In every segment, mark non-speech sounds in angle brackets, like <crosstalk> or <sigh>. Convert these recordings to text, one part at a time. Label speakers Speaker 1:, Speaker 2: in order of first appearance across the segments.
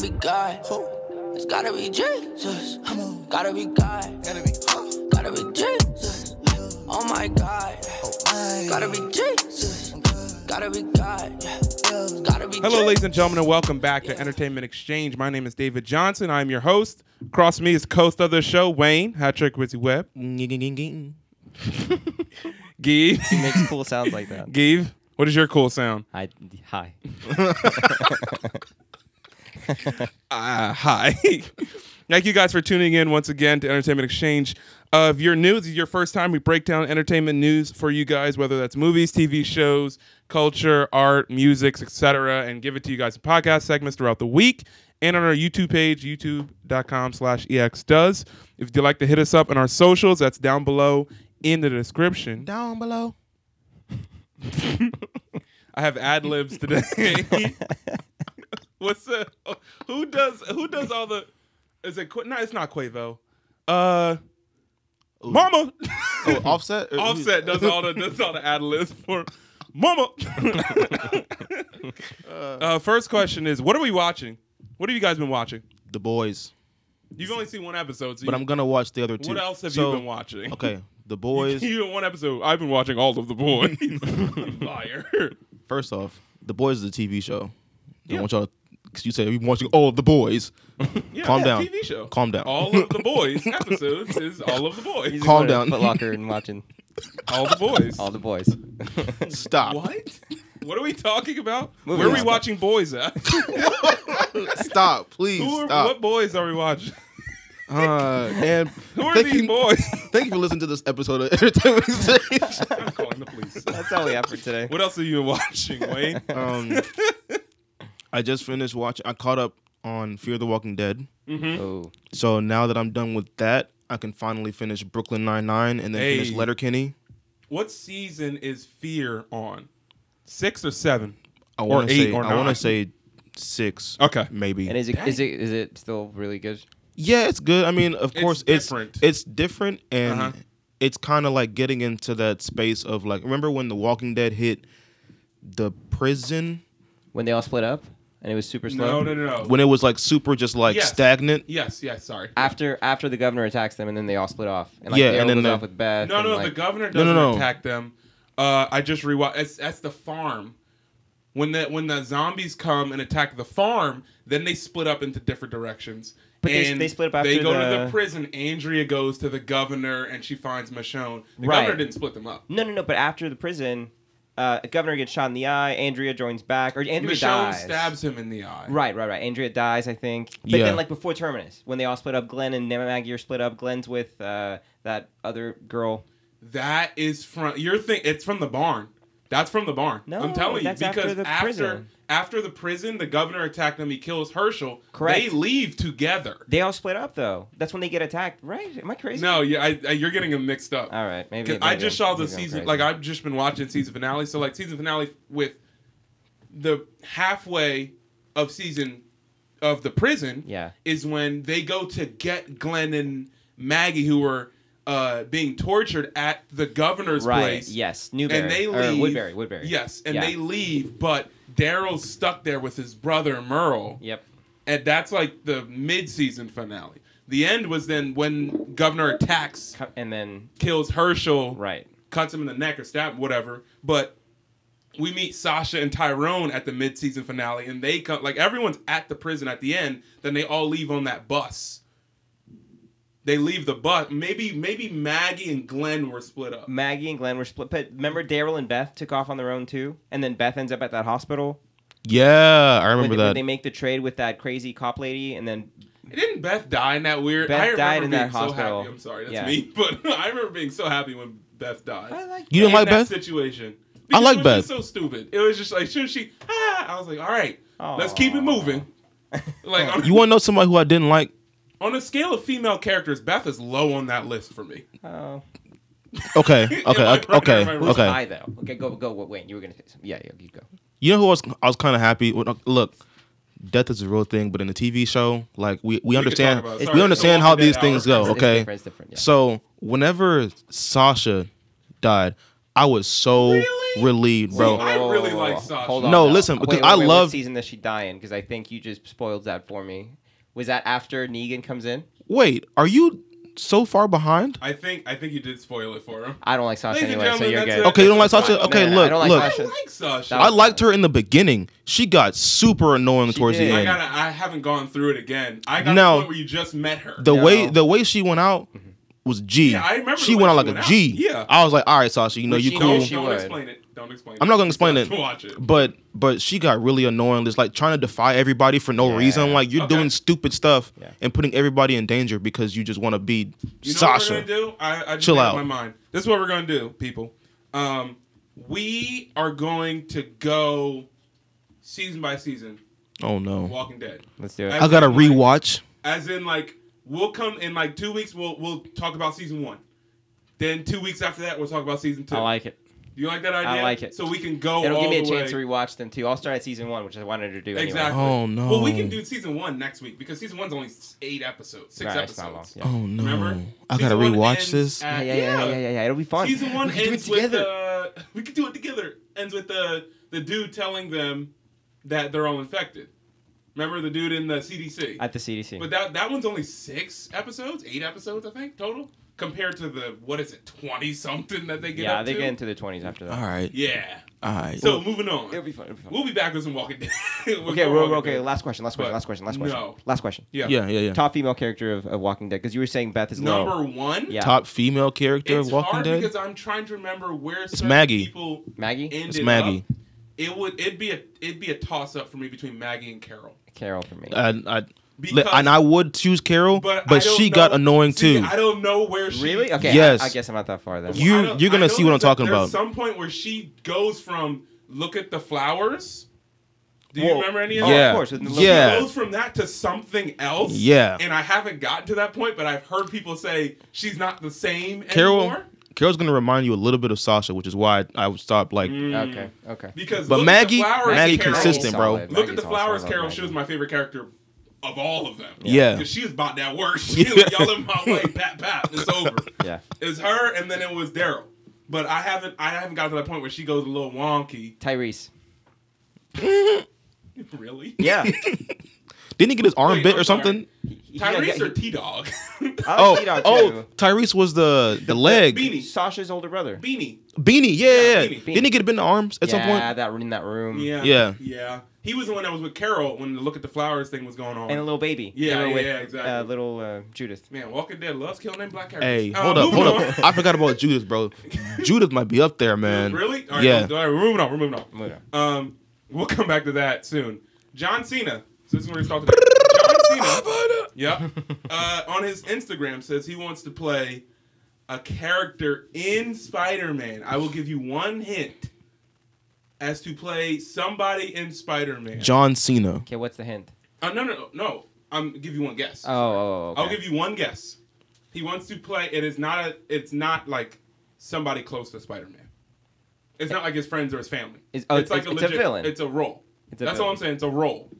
Speaker 1: be God. Who? It's gotta be Jesus. Come on. Gotta be God. Gotta be, huh? gotta be Jesus. Oh my God. Gotta be Jesus. Gotta be God. Oh Yeah. Gotta be
Speaker 2: Hello,
Speaker 1: Jesus.
Speaker 2: ladies and gentlemen, and welcome back to Entertainment Exchange. My name is David Johnson. I'm your host. Across me is co-host of the show, Wayne Hatrick Wizzy Webb.
Speaker 3: Makes
Speaker 2: Give,
Speaker 3: cool sounds like that.
Speaker 2: give. What is your cool sound?
Speaker 3: I, hi.
Speaker 2: Uh, <laughs> hi. Thank you guys for tuning in once again to Entertainment Exchange. Uh, if you're new, this is your first time, we break down entertainment news for you guys, whether that's movies, TV shows, culture, art, music, etc., and give it to you guys in podcast segments throughout the week and on our YouTube page, youtube.com slash exdoes. If you'd like to hit us up on our socials, that's down below in the description.
Speaker 4: Down below.
Speaker 2: I have ad libs today. <laughs> What's the who does who does all the is it Qu- no it's not Quavo. Uh Mama
Speaker 4: Oh, offset. Or-
Speaker 2: <laughs> Offset does all the does all the ad libs for
Speaker 4: <laughs>
Speaker 2: Mama. uh, first question is what are we watching? What have you guys been watching?
Speaker 4: the boys.
Speaker 2: You've only seen one episode, so
Speaker 4: But
Speaker 2: you-
Speaker 4: I'm gonna watch the other two.
Speaker 2: what else have
Speaker 4: So,
Speaker 2: you been watching?
Speaker 4: Okay, the boys.
Speaker 2: <laughs> You in one episode. I've been watching all of
Speaker 4: <laughs>
Speaker 2: the boys. You Liar.
Speaker 4: First off, the boys is a TV show. Don't
Speaker 2: Yeah.
Speaker 4: want y'all. Cause you say you're watching all of the boys.
Speaker 2: Yeah,
Speaker 4: Calm
Speaker 2: it's a
Speaker 4: down.
Speaker 2: TV show.
Speaker 4: Calm down.
Speaker 2: All of the boys <laughs> episodes is all of the boys.
Speaker 4: Calm
Speaker 3: Going to
Speaker 4: down.
Speaker 3: Foot Locker
Speaker 2: <laughs>
Speaker 3: and watching
Speaker 2: All the boys.
Speaker 3: all
Speaker 2: <laughs>
Speaker 3: the boys.
Speaker 4: Stop.
Speaker 2: what? What are we talking about?
Speaker 3: Moving
Speaker 2: Where are we
Speaker 3: on.
Speaker 2: watching boys
Speaker 4: <laughs>
Speaker 2: at? <laughs>
Speaker 4: Stop. Please
Speaker 2: Who are,
Speaker 4: stop.
Speaker 2: What boys are we
Speaker 4: <laughs>
Speaker 2: watching?
Speaker 4: Uh, and
Speaker 2: <laughs> Who are
Speaker 4: thank
Speaker 2: these
Speaker 4: you, <laughs>
Speaker 2: boys? <laughs>
Speaker 4: Thank you for listening to this episode of <laughs> Entertainment Exchange.
Speaker 2: I'm calling the police. <laughs>
Speaker 3: That's all we have for today.
Speaker 2: What else are you watching, Wayne?
Speaker 4: um, I just finished watching. I caught up on Fear the Walking Dead.
Speaker 3: Oh,
Speaker 4: So now that I'm done with that, I can finally finish Brooklyn Nine Nine and then finish
Speaker 2: Hey.
Speaker 4: Letterkenny.
Speaker 2: What season is Fear on? Six or seven?
Speaker 4: I
Speaker 2: Or
Speaker 4: want to
Speaker 2: eight
Speaker 4: say
Speaker 2: or
Speaker 4: I want
Speaker 2: nine.
Speaker 4: to say six.
Speaker 2: Okay.
Speaker 4: maybe.
Speaker 3: and is it is it is it still really good?
Speaker 4: yeah, it's good. I mean, of course, it's
Speaker 2: different.
Speaker 4: It's different, and
Speaker 2: Uh-huh.
Speaker 4: it's kind of like getting into that space of like. Remember when The Walking Dead hit the prison
Speaker 3: When they all split up and it was super slow.
Speaker 2: No, no, no, no.
Speaker 4: when it was like super, just like
Speaker 2: Yes.
Speaker 4: stagnant.
Speaker 2: yes, yes. Sorry.
Speaker 3: After after the governor attacks them and then they all split off. And like,
Speaker 4: Yeah,
Speaker 3: Daryl
Speaker 4: and then
Speaker 3: goes
Speaker 4: the-
Speaker 3: off with Beth.
Speaker 2: No,
Speaker 3: and,
Speaker 2: no,
Speaker 3: like,
Speaker 2: the governor
Speaker 4: No,
Speaker 2: doesn't
Speaker 4: no, no.
Speaker 2: attack them. Uh, I just rewatched. It's, that's the farm. When the when the zombies come and attack the farm, then they split up into different directions.
Speaker 3: But they-
Speaker 2: And
Speaker 3: they split up
Speaker 2: They
Speaker 3: after
Speaker 2: go to the
Speaker 3: the-
Speaker 2: prison. Andrea goes to the governor, and she finds Michonne. The
Speaker 3: Right.
Speaker 2: governor didn't split them up.
Speaker 3: No, no, no. But after the prison, uh, governor gets shot in the eye. Andrea joins back, or Andrea
Speaker 2: Michonne
Speaker 3: dies.
Speaker 2: stabs him in the eye.
Speaker 3: Right, right, right. Andrea dies, I think. But
Speaker 4: Yeah.
Speaker 3: then, like before Terminus, when they all split up, Glenn and Maggie are split up. Glenn's with uh, that other girl.
Speaker 2: That is from your thing. It's from the barn. That's from the barn.
Speaker 3: No,
Speaker 2: I'm telling you
Speaker 3: that's
Speaker 2: because
Speaker 3: after the
Speaker 2: after
Speaker 3: prison.
Speaker 2: after the prison, the governor attacked them. He kills Herschel.
Speaker 3: Correct.
Speaker 2: They leave together.
Speaker 3: They all split up though. That's when they get attacked, right? Am I crazy?
Speaker 2: No, yeah, I, I, you're getting them mixed up.
Speaker 3: All right, maybe.
Speaker 2: 'Cause I
Speaker 3: maybe
Speaker 2: just
Speaker 3: I'm-
Speaker 2: saw the
Speaker 3: maybe I'm
Speaker 2: season.
Speaker 3: crazy.
Speaker 2: Like I've just been watching season finale. So like season finale with the halfway of season of the prison.
Speaker 3: Yeah.
Speaker 2: is when they go to get Glenn and Maggie who were uh, being tortured at the governor's
Speaker 3: right.
Speaker 2: place.
Speaker 3: Yes, Newberry
Speaker 2: and they
Speaker 3: or
Speaker 2: leave.
Speaker 3: Woodbury, Woodbury.
Speaker 2: Yes, and
Speaker 3: Yeah.
Speaker 2: they leave, but Daryl's stuck there with his brother Merle
Speaker 3: Yep.
Speaker 2: and that's like the mid-season finale. The end was then when Governor attacks,
Speaker 3: Co- And then
Speaker 2: kills Herschel,
Speaker 3: right.
Speaker 2: cuts him in the neck or stab whatever. But we meet Sasha and Tyrone at the mid-season finale, and they come like everyone's at the prison at the end. Then they all leave on that bus. They leave the bus. Maybe maybe Maggie and Glenn were split up.
Speaker 3: Maggie and Glenn were split, but remember Daryl and Beth took off on their own too, and then Beth ends up at that hospital.
Speaker 4: Yeah, I
Speaker 3: when
Speaker 4: remember
Speaker 3: they,
Speaker 4: that.
Speaker 3: When they make the trade with that crazy cop lady, and then
Speaker 2: Didn't Beth die in that weird?
Speaker 3: Beth
Speaker 2: I remember
Speaker 3: died in
Speaker 2: being
Speaker 3: that
Speaker 2: so
Speaker 3: hospital.
Speaker 2: happy. I'm sorry, that's
Speaker 3: Yeah.
Speaker 2: me. <laughs> But I remember being so happy when Beth died.
Speaker 3: I like
Speaker 4: You didn't
Speaker 2: in
Speaker 4: like Beth?
Speaker 2: that situation.
Speaker 4: I like
Speaker 2: it was just
Speaker 4: Beth.
Speaker 2: so stupid. It was just like shoot she ah I was like, all right, let's keep it moving. Like
Speaker 4: <laughs>
Speaker 2: on,
Speaker 4: you want to know somebody who I didn't like?
Speaker 2: on a scale of female characters, Beth is low on that list for me.
Speaker 3: Oh,
Speaker 2: <laughs>
Speaker 4: Okay, okay,
Speaker 2: Am I
Speaker 4: okay,
Speaker 2: right? Am I
Speaker 4: okay.
Speaker 2: right?
Speaker 3: Who's I though? Okay, go go. What Wayne? You were gonna say something. Yeah, yeah, you go.
Speaker 4: You know who I was? I was kind of happy. when- Look, death is a real thing, but in a TV show, like we we understand,
Speaker 2: about it. Sorry,
Speaker 4: we understand
Speaker 2: The Walking
Speaker 4: how
Speaker 2: Dead
Speaker 4: these things
Speaker 2: hour.
Speaker 4: go.
Speaker 3: It's
Speaker 4: Okay,
Speaker 3: different, it's different, yeah.
Speaker 4: so whenever Sasha died, I was so
Speaker 2: Really?
Speaker 4: relieved, bro.
Speaker 2: I really like Sasha.
Speaker 3: Hold on
Speaker 4: No,
Speaker 3: now.
Speaker 4: listen,
Speaker 3: Wait,
Speaker 4: because
Speaker 3: wait,
Speaker 4: I
Speaker 3: wait,
Speaker 4: love-
Speaker 3: what season does she die in? Because I think you just spoiled that for me. Was that after Negan comes in?
Speaker 4: Wait, are you so far behind?
Speaker 2: I think I think you did spoil it for him.
Speaker 3: I don't like Sasha
Speaker 2: Ladies and
Speaker 3: anyway, so
Speaker 2: gentlemen,
Speaker 3: you're
Speaker 2: that's
Speaker 3: good.
Speaker 2: it.
Speaker 4: Okay, you don't like
Speaker 2: That's
Speaker 4: Sasha.
Speaker 2: fine.
Speaker 4: Okay,
Speaker 3: No, no, no, I
Speaker 4: look,
Speaker 3: don't like
Speaker 4: look.
Speaker 2: I
Speaker 3: Sasha.
Speaker 2: like Sasha.
Speaker 4: I
Speaker 2: I,
Speaker 3: That was-
Speaker 4: liked her in the beginning. She got super annoying
Speaker 3: She
Speaker 4: towards
Speaker 3: did.
Speaker 4: the
Speaker 3: I
Speaker 4: end.
Speaker 2: gotta. I haven't gone through it again. I got
Speaker 4: No.
Speaker 2: to the point where you just met her.
Speaker 4: the
Speaker 3: No.
Speaker 4: way the way she went out was G.
Speaker 2: Mm-hmm. Yeah, I remember
Speaker 4: she
Speaker 2: the
Speaker 4: went
Speaker 2: way
Speaker 4: out
Speaker 2: she
Speaker 4: like a G. I
Speaker 2: went out. Yeah.
Speaker 4: was like, all right, Sasha, you know
Speaker 3: But
Speaker 4: you
Speaker 3: she
Speaker 4: cool.
Speaker 2: don't,
Speaker 3: she
Speaker 2: don't
Speaker 3: would.
Speaker 2: explain it. Don't explain.
Speaker 4: I'm
Speaker 2: it.
Speaker 4: not gonna explain it.
Speaker 2: Watch it.
Speaker 4: But but she got really annoying, just like trying to defy everybody for no
Speaker 3: Yeah.
Speaker 4: reason. Like you're
Speaker 2: Okay.
Speaker 4: doing stupid stuff
Speaker 3: Yeah.
Speaker 4: and putting everybody in danger because you just want to be
Speaker 2: You know
Speaker 4: Sasha.
Speaker 2: what we're gonna do? I, I just
Speaker 4: Chill
Speaker 2: Chill
Speaker 4: out.
Speaker 2: out. my mind. This is what we're gonna do, people. Um, we are going to go season by season,
Speaker 4: oh no,
Speaker 2: Walking Dead.
Speaker 3: Let's do it.
Speaker 4: I gotta rewatch.
Speaker 2: As in, like, we'll come in like two weeks. We'll we'll talk about season one. Then two weeks after that, we'll talk about season two.
Speaker 3: I like it.
Speaker 2: Do you like that idea?
Speaker 3: like it.
Speaker 2: So we can go.
Speaker 3: It'll
Speaker 2: all
Speaker 3: give me a
Speaker 2: the
Speaker 3: chance to
Speaker 2: way.
Speaker 3: rewatch them too. I'll start at season one, which I wanted to do anyway.
Speaker 2: Exactly.
Speaker 4: Oh, no.
Speaker 2: Well, we can do season one next week because season one's only s- eight episodes, six
Speaker 3: Right, it's
Speaker 2: episodes.
Speaker 3: not long. Yeah.
Speaker 4: Oh no,
Speaker 2: Remember?
Speaker 4: I gotta
Speaker 2: Season one
Speaker 4: rewatch
Speaker 2: ends
Speaker 4: this.
Speaker 2: at-
Speaker 3: yeah, yeah, yeah, yeah, yeah, yeah, yeah. It'll be fun.
Speaker 2: Season one
Speaker 3: we can do it
Speaker 2: ends with
Speaker 3: together.
Speaker 2: uh, we could do it together. Ends with the the dude telling them that they're all infected. Remember the dude in the CDC.
Speaker 3: at the CDC.
Speaker 2: but that that one's only six episodes, eight episodes, I think total, compared to the what is it, twenty something that they get.
Speaker 3: yeah,
Speaker 2: up
Speaker 3: they
Speaker 2: to?
Speaker 3: get into the twenties after that.
Speaker 4: all right,
Speaker 2: Yeah.
Speaker 4: all right.
Speaker 2: So moving on,
Speaker 3: It'll be fun. It'll be fun.
Speaker 2: we'll be back with some Walking Dead. <laughs> With
Speaker 3: Okay,
Speaker 2: more
Speaker 3: we're,
Speaker 2: Walking
Speaker 3: okay.
Speaker 2: Dead.
Speaker 3: Last question. Last question.
Speaker 2: But
Speaker 3: Last question. Last question.
Speaker 2: no.
Speaker 3: Last question.
Speaker 2: yeah.
Speaker 4: yeah, yeah, yeah. Top,
Speaker 3: Top female character of, of Walking Dead, because you were saying Beth is low.
Speaker 2: Number one.
Speaker 3: Yeah.
Speaker 4: female character
Speaker 2: It's
Speaker 4: of Walking
Speaker 2: hard
Speaker 4: Dead.
Speaker 2: because I'm trying to remember where certain
Speaker 4: Maggie.
Speaker 2: people
Speaker 3: Maggie,
Speaker 2: ended
Speaker 4: It's Maggie.
Speaker 2: up. It would it'd be a it'd be a toss up for me between Maggie and Carol.
Speaker 3: Carol for me.
Speaker 4: and I,
Speaker 2: Because-
Speaker 4: and I would choose Carol, but,
Speaker 2: I don't
Speaker 4: she got
Speaker 2: know-
Speaker 4: annoying
Speaker 2: see,
Speaker 4: too.
Speaker 2: I don't know where she
Speaker 3: really? Okay. I-
Speaker 4: Yes.
Speaker 3: I, guess I'm not that far then.
Speaker 2: I
Speaker 4: You-
Speaker 2: don't-
Speaker 4: you're gonna
Speaker 2: I
Speaker 4: see what I'm
Speaker 2: noticed that
Speaker 4: talking
Speaker 2: there's
Speaker 4: about.
Speaker 2: Some point where she goes from look at the flowers. Do you
Speaker 3: Whoa.
Speaker 2: remember any of
Speaker 3: Oh,
Speaker 2: that?
Speaker 4: Yeah.
Speaker 3: of course. with the little-
Speaker 4: Yeah.
Speaker 2: She goes from that to something else.
Speaker 4: Yeah.
Speaker 2: And I haven't gotten to that point, but I've heard people say she's not the same
Speaker 4: Carol,
Speaker 2: anymore.
Speaker 4: Carol's gonna remind you a little bit of Sasha, which is why I, I would stop like.
Speaker 3: Okay. Okay.
Speaker 2: Because
Speaker 4: But
Speaker 2: look at the
Speaker 4: Maggie-
Speaker 2: flowers,
Speaker 4: Maggie
Speaker 2: Carol.
Speaker 4: consistent, bro.
Speaker 2: Look at
Speaker 3: Solid. Maggie's
Speaker 2: the
Speaker 3: awesome.
Speaker 2: flowers,
Speaker 3: I love
Speaker 2: Carol.
Speaker 3: Maggie.
Speaker 2: She was my favorite character of all of them.
Speaker 4: Yeah.
Speaker 2: Because she was about that
Speaker 3: <laughs>
Speaker 2: worse. She was y'all in my way, pat pat. It's over.
Speaker 3: Yeah.
Speaker 2: It was her and then it was Daryl. But I haven't I haven't gotten to that point where she goes a little wonky. <laughs>
Speaker 3: Tyrese.
Speaker 2: Really?
Speaker 3: Yeah.
Speaker 4: Didn't he get his arm
Speaker 2: Wait,
Speaker 4: bit
Speaker 2: I'm
Speaker 4: or
Speaker 2: sorry.
Speaker 4: something?
Speaker 2: Tyrese or T Dog?
Speaker 4: Oh,
Speaker 3: oh,
Speaker 4: oh, Tyrese was the
Speaker 2: <laughs>
Speaker 4: the leg beanie.
Speaker 2: beanie.
Speaker 3: Sasha's older
Speaker 2: <laughs>
Speaker 3: brother.
Speaker 2: Beanie.
Speaker 4: yeah, yeah. yeah.
Speaker 2: Yeah, beanie.
Speaker 4: Didn't he get bit in the arms at
Speaker 3: yeah,
Speaker 4: some point?
Speaker 3: that in that room.
Speaker 2: Yeah.
Speaker 4: Yeah.
Speaker 2: Yeah. He was the one that was with Carol when the look at the flowers thing was going on.
Speaker 3: And a little baby.
Speaker 2: Yeah,
Speaker 3: They were
Speaker 2: yeah,
Speaker 3: with,
Speaker 2: yeah, exactly.
Speaker 3: Uh, little uh, Judith.
Speaker 2: Man, Walking Dead loves killing them black characters.
Speaker 4: Hey,
Speaker 2: Uh,
Speaker 4: hold up,
Speaker 2: moving
Speaker 4: hold
Speaker 2: on.
Speaker 4: up. I forgot about Judith, bro. Judith might be up there, man.
Speaker 2: Really? All right,
Speaker 4: Yeah.
Speaker 2: All right, we're moving on. We're moving on.
Speaker 3: Moving
Speaker 2: Um, we'll come back to that soon. John Cena. So this is where we start
Speaker 4: <laughs>
Speaker 2: today. John Cena. Yep. Uh, on his Instagram says he wants to play a character in Spider-Man. I will give you one hint as to play somebody in Spider-Man.
Speaker 4: John Cena.
Speaker 3: Okay, what's the hint?
Speaker 2: Uh, no, no, no, no. I'm give you one guess.
Speaker 3: Oh, oh, oh, okay.
Speaker 2: I'll give you one guess. He wants to play. It is not. A, it's not like somebody close to Spider-Man. It's not like his friends or his family.
Speaker 3: It's- oh,
Speaker 2: like
Speaker 3: it's- it's a villain.
Speaker 2: It's a role.
Speaker 3: It's a
Speaker 2: That's all
Speaker 3: villain.
Speaker 2: I'm saying. It's a role.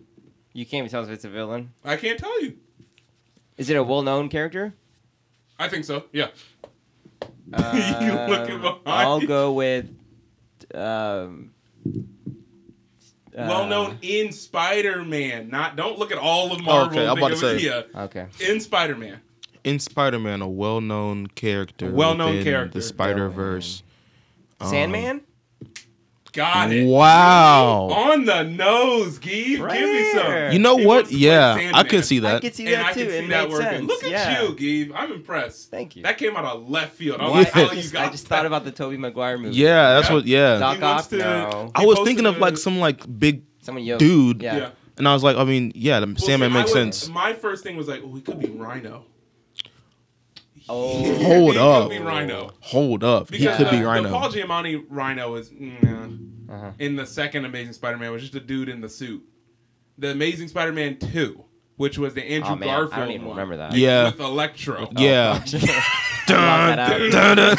Speaker 3: You can't even tell us if it's a villain.
Speaker 2: I can't tell you.
Speaker 3: Is it a
Speaker 2: <laughs>
Speaker 3: well-known character?
Speaker 2: I think so. Yeah. <laughs>
Speaker 3: Um,
Speaker 2: looking behind
Speaker 3: I'll
Speaker 2: you.
Speaker 3: go with. Um, uh,
Speaker 2: well known in Spider-Man. Not. Don't look at all of Marvel.
Speaker 4: Okay, I'm
Speaker 2: Think
Speaker 4: about to
Speaker 2: of it-
Speaker 4: say.
Speaker 2: Yeah.
Speaker 3: Okay.
Speaker 2: In Spider-Man.
Speaker 4: In Spider Man, a well known character.
Speaker 2: Well-known
Speaker 4: within
Speaker 2: character.
Speaker 4: The Spider Verse. Um,
Speaker 3: Sandman.
Speaker 2: Got it.
Speaker 4: Wow.
Speaker 2: On the nose, Gee. Give me
Speaker 3: Rare.
Speaker 2: some.
Speaker 4: Um, You know
Speaker 2: He
Speaker 4: what?
Speaker 2: wants to play
Speaker 4: Yeah, I
Speaker 2: Sandman.
Speaker 4: could see
Speaker 3: I
Speaker 4: that.
Speaker 3: could see
Speaker 2: and
Speaker 3: that
Speaker 2: I
Speaker 3: too.
Speaker 2: can see
Speaker 3: it
Speaker 2: that
Speaker 3: made
Speaker 2: working.
Speaker 3: sense.
Speaker 2: Look at
Speaker 3: yeah.
Speaker 2: you, Geeve. I'm impressed.
Speaker 3: Thank you.
Speaker 2: That came out of left field.
Speaker 4: <laughs>
Speaker 2: I
Speaker 3: Well,
Speaker 2: don't
Speaker 3: I,
Speaker 2: know how
Speaker 3: I
Speaker 2: you
Speaker 3: just,
Speaker 2: got
Speaker 3: I just thought
Speaker 2: that.
Speaker 3: about the Toby Maguire movie.
Speaker 4: Yeah, that's
Speaker 2: Yeah.
Speaker 4: what. Yeah,
Speaker 3: Doc
Speaker 2: He wants
Speaker 3: Ock?
Speaker 2: to-
Speaker 3: No.
Speaker 2: he
Speaker 4: I was
Speaker 2: posted
Speaker 4: thinking
Speaker 2: a-
Speaker 4: of like some like big
Speaker 3: Someone yoked.
Speaker 4: dude.
Speaker 3: Yeah.
Speaker 2: Yeah.
Speaker 4: And I was like, I mean, yeah, the
Speaker 2: Well,
Speaker 4: Sandman
Speaker 2: see, I
Speaker 4: makes
Speaker 2: was-
Speaker 4: sense.
Speaker 2: My first thing was like, oh, he could be Rhino. <laughs>
Speaker 3: Oh.
Speaker 4: Hold
Speaker 2: he
Speaker 4: up.
Speaker 2: could be Rhino.
Speaker 4: Hold up, he
Speaker 2: Because uh,
Speaker 4: could
Speaker 2: the,
Speaker 4: be
Speaker 2: the
Speaker 4: Rhino.
Speaker 2: Paul Giamatti Rhino is mm,
Speaker 3: Uh-huh.
Speaker 2: in the second Amazing Spider-Man was just a dude in the suit. The Amazing Spider-Man Two, which was the Andrew
Speaker 3: Oh, man, I don't
Speaker 2: Garfield
Speaker 3: even
Speaker 2: one,
Speaker 3: remember that. <laughs>
Speaker 4: Yeah.
Speaker 2: with Electro.
Speaker 3: Oh,
Speaker 4: yeah.
Speaker 3: Block that out.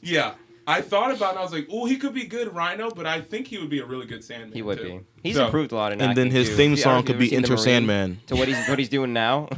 Speaker 2: yeah. I thought about it. I was like, oh, he could be good Rhino, but I think he would be a really good Sandman.
Speaker 3: He would
Speaker 2: too.
Speaker 3: be. He's
Speaker 2: So-
Speaker 3: improved a lot in
Speaker 4: And then
Speaker 3: acting,
Speaker 4: his
Speaker 3: too.
Speaker 4: theme
Speaker 3: Have you
Speaker 4: song
Speaker 3: ever
Speaker 4: could be
Speaker 3: seen The
Speaker 4: Enter
Speaker 3: Marine?
Speaker 4: Sandman.
Speaker 3: <laughs> To what he's what he's doing now.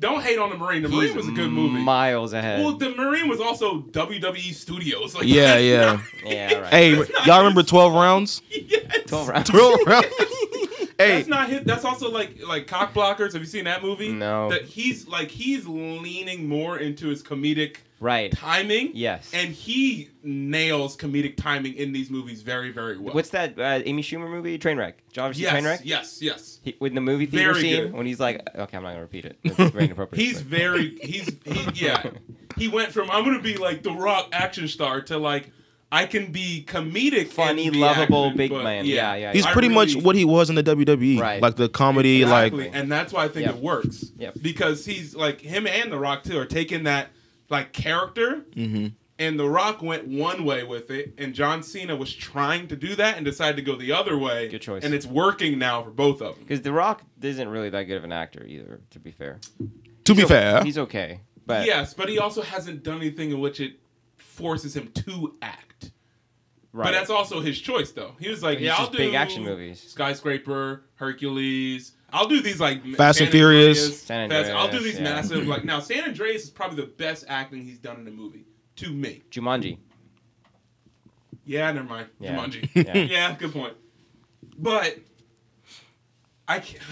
Speaker 2: Don't hate on the Marine. The Marine
Speaker 3: He's
Speaker 2: was a good movie.
Speaker 3: Miles ahead.
Speaker 2: well, the Marine was also WWE Studios. <laughs> Like,
Speaker 4: Yeah,
Speaker 2: that's
Speaker 4: yeah.
Speaker 2: not-
Speaker 3: yeah, right.
Speaker 4: Hey,
Speaker 2: That's not
Speaker 4: y'all remember Twelve Rounds?
Speaker 2: yes.
Speaker 3: <laughs> Twelve rounds.
Speaker 4: Twelve Rounds. <laughs> hey,
Speaker 2: That's not his. That's also like like cock blockers. Have you seen that movie?
Speaker 3: No.
Speaker 2: That he's like he's leaning more into his comedic
Speaker 3: Right.
Speaker 2: timing.
Speaker 3: Yes.
Speaker 2: And he nails comedic timing in these movies very very well.
Speaker 3: What's that uh, Amy Schumer movie? Trainwreck. Did y'all ever see
Speaker 2: yes,
Speaker 3: Trainwreck?
Speaker 2: yes, yes.
Speaker 3: He, with the movie theater
Speaker 2: Very
Speaker 3: scene
Speaker 2: good.
Speaker 3: when he's like, okay, I'm not gonna repeat
Speaker 2: <laughs>
Speaker 3: it. It's very inappropriate.
Speaker 2: He's
Speaker 3: but-
Speaker 2: very he's he, yeah. He went from I'm gonna be like the rock action star to like I can be comedic,
Speaker 3: Funny,
Speaker 2: and be
Speaker 3: lovable
Speaker 2: action,
Speaker 3: big
Speaker 2: but
Speaker 3: man. Yeah, yeah,
Speaker 4: he's
Speaker 2: I
Speaker 4: pretty much
Speaker 2: really-
Speaker 4: what he was in the WWE,
Speaker 3: Right.
Speaker 4: like the comedy,
Speaker 2: Exactly,
Speaker 4: like
Speaker 2: and that's why I think
Speaker 3: Yep.
Speaker 2: it works.
Speaker 3: Yep.
Speaker 2: Because he's like him and The Rock too are taking that like character,
Speaker 4: Mm-hmm.
Speaker 2: and The Rock went one way with it, and John Cena was trying to do that and decided to go the other way.
Speaker 3: Good choice.
Speaker 2: And it's working now for both of them.
Speaker 3: Because The Rock isn't really that good of an actor either. To be fair,
Speaker 4: to be
Speaker 3: <laughs>
Speaker 4: fair,
Speaker 3: he's okay, but
Speaker 2: yes, but he also hasn't done anything in which it forces him to act.
Speaker 3: right.
Speaker 2: But that's also his choice, though. He was like,
Speaker 3: He's
Speaker 2: "Yeah, I'll
Speaker 3: just
Speaker 2: do
Speaker 3: big action movies."
Speaker 2: skyscraper, Hercules. I'll do these like
Speaker 4: Fast and Furious.
Speaker 3: San
Speaker 2: Fast- I'll do
Speaker 3: Andreas,
Speaker 2: these
Speaker 3: yeah.
Speaker 2: massive
Speaker 3: <laughs>
Speaker 2: like now. San Andreas is probably the best acting he's done in a movie to me.
Speaker 3: Jumanji.
Speaker 2: Yeah, never mind.
Speaker 3: Yeah.
Speaker 2: Jumanji.
Speaker 3: <laughs> Yeah.
Speaker 2: Yeah. good point. But I can't,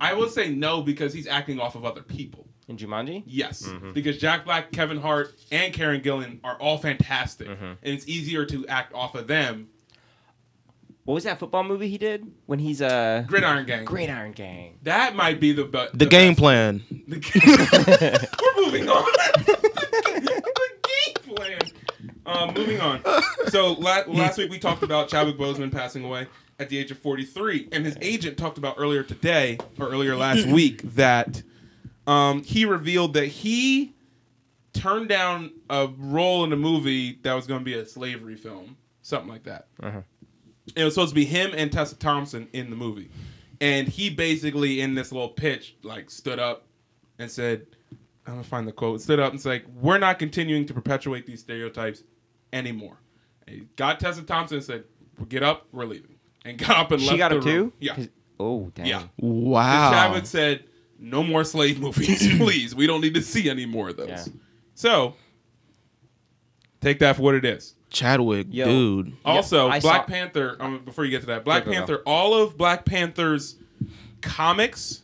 Speaker 2: I will say no because he's acting off of other people.
Speaker 3: In Jumanji,
Speaker 2: Yes,
Speaker 3: Mhm.
Speaker 2: because Jack Black, Kevin Hart, and Karen Gillan are all fantastic,
Speaker 3: Mhm.
Speaker 2: and it's easier to act off of them.
Speaker 3: what was that football movie he did when he's uh
Speaker 2: Gridiron Gang.
Speaker 3: Great Iron Gang?
Speaker 2: That might be the be-
Speaker 4: the game
Speaker 2: best.
Speaker 4: plan.
Speaker 2: The game- <laughs> We're moving on. the game plan. Um, moving on. So la- last week we talked about Chadwick Boseman passing away at the age of 43, and his agent talked about earlier today or earlier last week that um, he revealed that he turned down a role in a movie that was going to be a slavery film, something like that.
Speaker 3: Uh-huh.
Speaker 2: It was supposed to be him and Tessa Thompson in the movie, and he basically in this little pitch like stood up and said, "I'm gonna find the quote." Stood up and said, like, "We're not continuing to perpetuate these stereotypes anymore." And he got Tessa Thompson and said, "Get up, we're leaving," and got up and
Speaker 3: She
Speaker 2: left.
Speaker 3: got
Speaker 2: the
Speaker 3: him
Speaker 2: room.
Speaker 3: too.
Speaker 2: Yeah.
Speaker 3: 'Cause- Oh damn.
Speaker 2: Yeah. Because
Speaker 4: Wow.
Speaker 2: Chadwick said, "No more slave movies, please. We don't need to see any more of those."
Speaker 3: Yeah.
Speaker 2: So, take that for what it is.
Speaker 4: Chadwick,
Speaker 3: Yo.
Speaker 4: dude.
Speaker 2: Also,
Speaker 3: I
Speaker 2: Black
Speaker 3: saw-
Speaker 2: Panther. Um, before you get to that, Black
Speaker 3: Go, go, go.
Speaker 2: Panther. All of Black Panther's comics,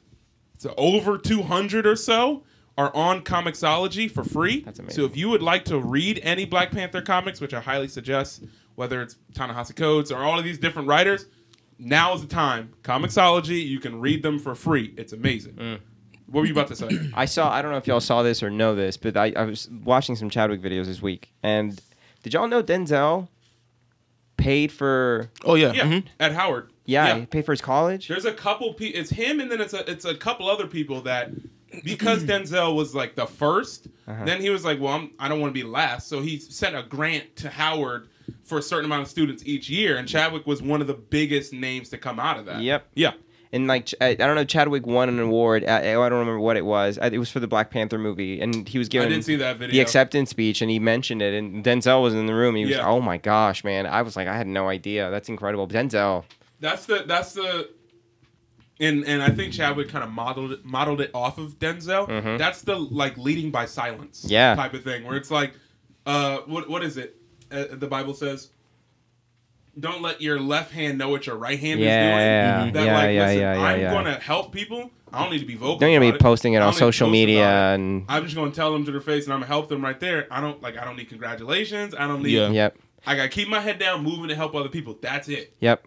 Speaker 2: it's over two hundred or so, are on Comixology for free.
Speaker 3: That's
Speaker 2: So
Speaker 3: amazing.
Speaker 2: if you would like to read any Black Panther comics, which I highly suggest, whether it's Ta-Nehisi Coates or all of these different writers, now is the time. Comixology, you can read them for free. It's amazing.
Speaker 3: Mm.
Speaker 2: What were you about to
Speaker 3: <coughs>
Speaker 2: say?
Speaker 3: I saw. I don't know if y'all saw this or know this, but I, I was watching some Chadwick videos this week, and did y'all know Denzel paid for
Speaker 4: Oh yeah.
Speaker 2: yeah,
Speaker 4: mhm.
Speaker 2: at Howard.
Speaker 3: Mm-hmm. yeah, he paid for his college?
Speaker 2: There's a couple people. It's him, and then it's a it's a couple other people that
Speaker 3: <clears throat>
Speaker 2: because Denzel was like the 1st
Speaker 3: Uh-huh.
Speaker 2: then he was like, well, I'm, I don't want to be last, so he sent a grant to Howard for a certain amount of students each year, and Chadwick was one of the biggest names to come out of that.
Speaker 3: Yep.
Speaker 2: Yeah.
Speaker 3: And like Ch- I, I don't know, Chadwick won an award. At, I don't remember what it was. I, it was for the Black Panther movie, and he was
Speaker 2: I
Speaker 3: given
Speaker 2: did see that video.
Speaker 3: the acceptance speech, and he mentioned it. And Denzel was in the room. He was,
Speaker 2: Yeah.
Speaker 3: oh my gosh, man! I was like, I had no idea. That's incredible, Denzel.
Speaker 2: That's the that's the and and I think Chadwick kind of modeled it, modeled it off of Denzel.
Speaker 3: Mhm.
Speaker 2: That's the like leading by silence,
Speaker 3: Yeah.
Speaker 2: type of thing where it's like, uh, what what is it? Uh, the Bible says, "Don't let your left hand know what your right hand
Speaker 3: Yeah,
Speaker 2: is doing." That
Speaker 3: yeah,
Speaker 2: like,
Speaker 3: yeah,
Speaker 2: listen,
Speaker 3: yeah, yeah,
Speaker 2: I'm
Speaker 3: yeah.
Speaker 2: gonna help people. I don't need to be vocal.
Speaker 3: Don't you
Speaker 2: about
Speaker 3: be posting
Speaker 2: I
Speaker 3: it
Speaker 2: don't
Speaker 3: on
Speaker 2: need to
Speaker 3: social
Speaker 2: post about
Speaker 3: media
Speaker 2: it.
Speaker 3: and
Speaker 2: I'm just gonna tell them to their face, and I'm gonna help them right there. I don't like. I don't need congratulations. I don't need.
Speaker 4: Yeah.
Speaker 3: yep,
Speaker 2: I gotta keep my head down, moving to help other people. That's it.
Speaker 3: yep.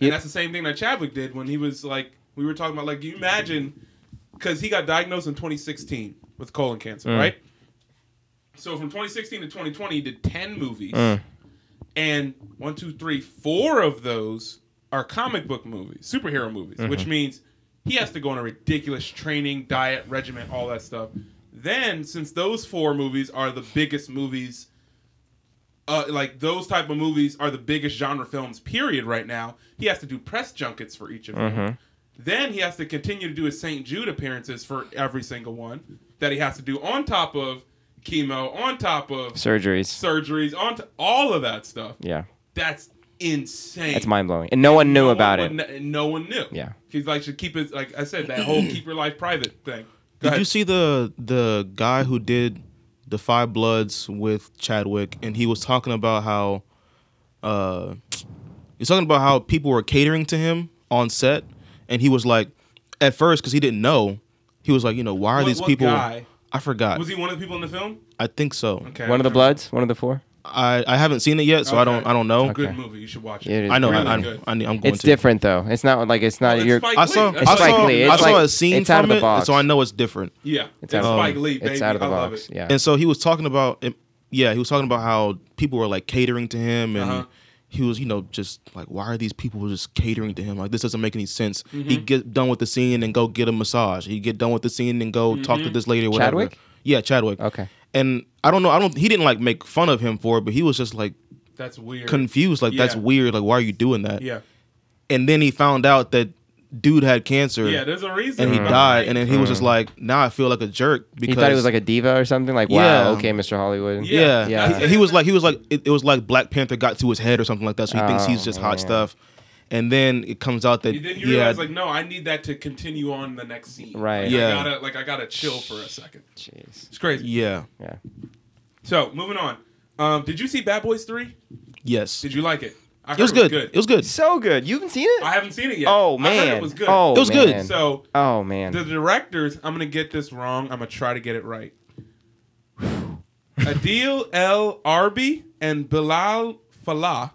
Speaker 2: And
Speaker 3: Yeah.
Speaker 2: that's the same thing that Chadwick did when he was like, we were talking about, like, you imagine, because he got diagnosed in 2016 with colon cancer,
Speaker 3: Mm.
Speaker 2: right? So from 2016 to 2020, he did 10 movies.
Speaker 3: Mm.
Speaker 2: And one, two, three, four of those are comic book movies, superhero movies, which means he has to go on a ridiculous training, diet, regimen, all that stuff. Then, since those four movies are the biggest movies uh, like those type of movies are the biggest genre films period right now he has to do press junkets for each of them then he has to continue to do his st jude appearances for every single one that he has to do on top of chemo on top of
Speaker 3: Surgeries.
Speaker 2: surgeries on to all of that stuff
Speaker 3: Yeah,
Speaker 2: that's insane
Speaker 3: that's mind blowing, and no one knew
Speaker 2: No one
Speaker 3: about
Speaker 2: would
Speaker 3: it.
Speaker 2: kn- no one knew
Speaker 3: Yeah.
Speaker 2: he's like should keep his like i said that whole keep your life private thing Go
Speaker 4: Did
Speaker 2: ahead.
Speaker 4: you see the the guy who did the Five Bloods with Chadwick, and he was talking about how uh, he's talking about how people were catering to him on set, and he was like, at first, because he didn't know, he was like, you know, why are
Speaker 2: What-
Speaker 4: these
Speaker 2: what
Speaker 4: people?
Speaker 2: guy?
Speaker 4: I forgot.
Speaker 2: Was he one of the people in the film?
Speaker 4: I think so.
Speaker 2: Okay.
Speaker 3: One of the Bloods, one of the four.
Speaker 4: I, I haven't seen it yet, so I don't
Speaker 2: Okay.
Speaker 4: I don't know.
Speaker 2: It's a good movie. You should watch it.
Speaker 3: Yeah, it is.
Speaker 4: I know.
Speaker 2: Really
Speaker 4: I, I,
Speaker 2: good.
Speaker 4: I, need- I'm going
Speaker 3: It's
Speaker 4: to.
Speaker 3: different though. It's not like it's
Speaker 2: Well,
Speaker 3: not
Speaker 2: Oh, it's
Speaker 3: your.
Speaker 2: Spike
Speaker 4: I saw.
Speaker 2: Lee.
Speaker 4: I
Speaker 3: Spike
Speaker 4: saw.
Speaker 3: Lee.
Speaker 4: I
Speaker 3: It's
Speaker 4: saw
Speaker 3: like-
Speaker 4: a scene
Speaker 3: it's
Speaker 4: from
Speaker 3: out of the
Speaker 4: it,
Speaker 3: box.
Speaker 4: so I know it's different.
Speaker 2: Yeah, it's,
Speaker 3: It's out of-
Speaker 2: Spike Lee, baby.
Speaker 3: Oh. It's out of the
Speaker 2: I love
Speaker 3: box.
Speaker 2: it.
Speaker 3: Yeah.
Speaker 4: And so he was talking about, um, yeah, he was talking about how people were like catering to him, and
Speaker 2: Uh-huh.
Speaker 4: he was, you know, just like, why are these people just catering to him? Like this doesn't make any sense. He
Speaker 3: Mm-hmm.
Speaker 4: get done with the scene and go get a massage. He get done with the scene and go talk to this lady or whatever.
Speaker 3: Mm-hmm. Chadwick?
Speaker 4: Yeah, Chadwick.
Speaker 3: Okay.
Speaker 4: And I don't know. I don't. He didn't like make fun of him for it, but he was just like
Speaker 2: That's weird.
Speaker 4: confused. Like that's
Speaker 2: Yeah.
Speaker 4: weird. Like why are you doing that?
Speaker 2: yeah.
Speaker 4: And then he found out that dude had cancer.
Speaker 2: Yeah, there's a reason.
Speaker 4: and he
Speaker 2: behind-
Speaker 4: died, and then he was just like, now I feel like a jerk
Speaker 3: He
Speaker 4: because
Speaker 3: thought he was like a diva or something. Like,
Speaker 4: Yeah.
Speaker 3: wow, okay, Mr. Hollywood.
Speaker 4: Yeah,
Speaker 3: Yeah.
Speaker 4: He, he was like, he was like, it, it was like Black Panther got to his head or something like that. So he thinks
Speaker 3: Oh,
Speaker 4: he's just hot
Speaker 3: yeah.
Speaker 4: stuff, and then it comes out that
Speaker 2: You didn't you
Speaker 4: he
Speaker 2: realize
Speaker 4: had-
Speaker 2: like no, I need that to continue on the next scene.
Speaker 3: Right.
Speaker 2: Like, I
Speaker 4: Yeah.
Speaker 2: gotta like I gotta chill for a second.
Speaker 3: Jeez.
Speaker 2: It's crazy.
Speaker 4: yeah,
Speaker 3: Yeah.
Speaker 2: So moving on. Um, did you see Bad Boys Three?
Speaker 4: yes,
Speaker 2: Did you like it? I heard
Speaker 4: it was good. It was good.
Speaker 3: So good. You haven't seen it?
Speaker 2: I haven't seen it yet.
Speaker 3: oh
Speaker 2: I
Speaker 3: man.
Speaker 2: heard it was good.
Speaker 3: Oh,
Speaker 4: It was good.
Speaker 3: man.
Speaker 2: So
Speaker 3: oh man.
Speaker 2: the directors, I'm gonna get this wrong. I'm gonna try to get it right. Adil El Arbi and Bilal Falah.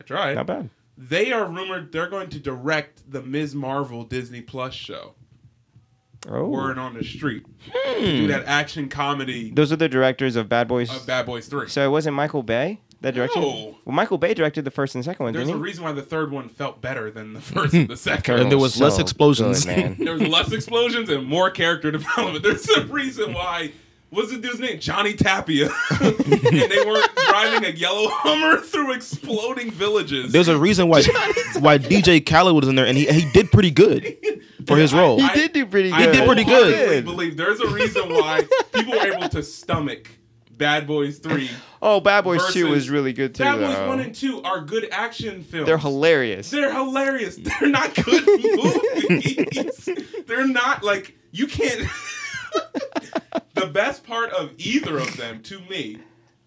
Speaker 2: I tried.
Speaker 3: Not bad.
Speaker 2: They are rumored they're going to direct the Ms. Marvel Disney Plus show.
Speaker 3: Oh.
Speaker 2: Word on the street. To
Speaker 3: Hmm.
Speaker 2: do that action comedy
Speaker 3: Those are the directors of Bad Boys.
Speaker 2: of Bad Boys 3.
Speaker 3: So it wasn't Michael Bay that directed.
Speaker 2: No.
Speaker 3: Well, Michael Bay directed the first and second one,
Speaker 2: There's a
Speaker 3: didn't he?
Speaker 2: reason why the third one felt better than
Speaker 3: <laughs>
Speaker 2: the first and the second.
Speaker 3: Third
Speaker 4: And there
Speaker 3: one's
Speaker 4: was less explosions.
Speaker 3: Good, man. <laughs>
Speaker 2: There was less explosions and more character <laughs> development. There's a reason why. What's the dude's name? Johnny Tapia. <laughs> and they weren't driving a yellow Hummer through exploding villages.
Speaker 4: There's
Speaker 2: <laughs>
Speaker 4: a reason why why DJ Khaled was in there, and he he did pretty
Speaker 2: <laughs>
Speaker 4: good for his role.
Speaker 3: he
Speaker 2: I-
Speaker 3: did do pretty good.
Speaker 2: I
Speaker 4: He did pretty good.
Speaker 2: wholeheartedly believe there's a reason why people were able to stomach Bad Boys 3.
Speaker 3: Oh, Bad Boys Two
Speaker 2: versus-
Speaker 3: was really good too.
Speaker 2: Bad Boys
Speaker 3: though.
Speaker 2: 1 and 2 are good action films.
Speaker 3: They're hilarious.
Speaker 2: They're hilarious. They're not
Speaker 3: <laughs>
Speaker 2: good movies. They're not like you can't. <laughs> the best part of either of them to me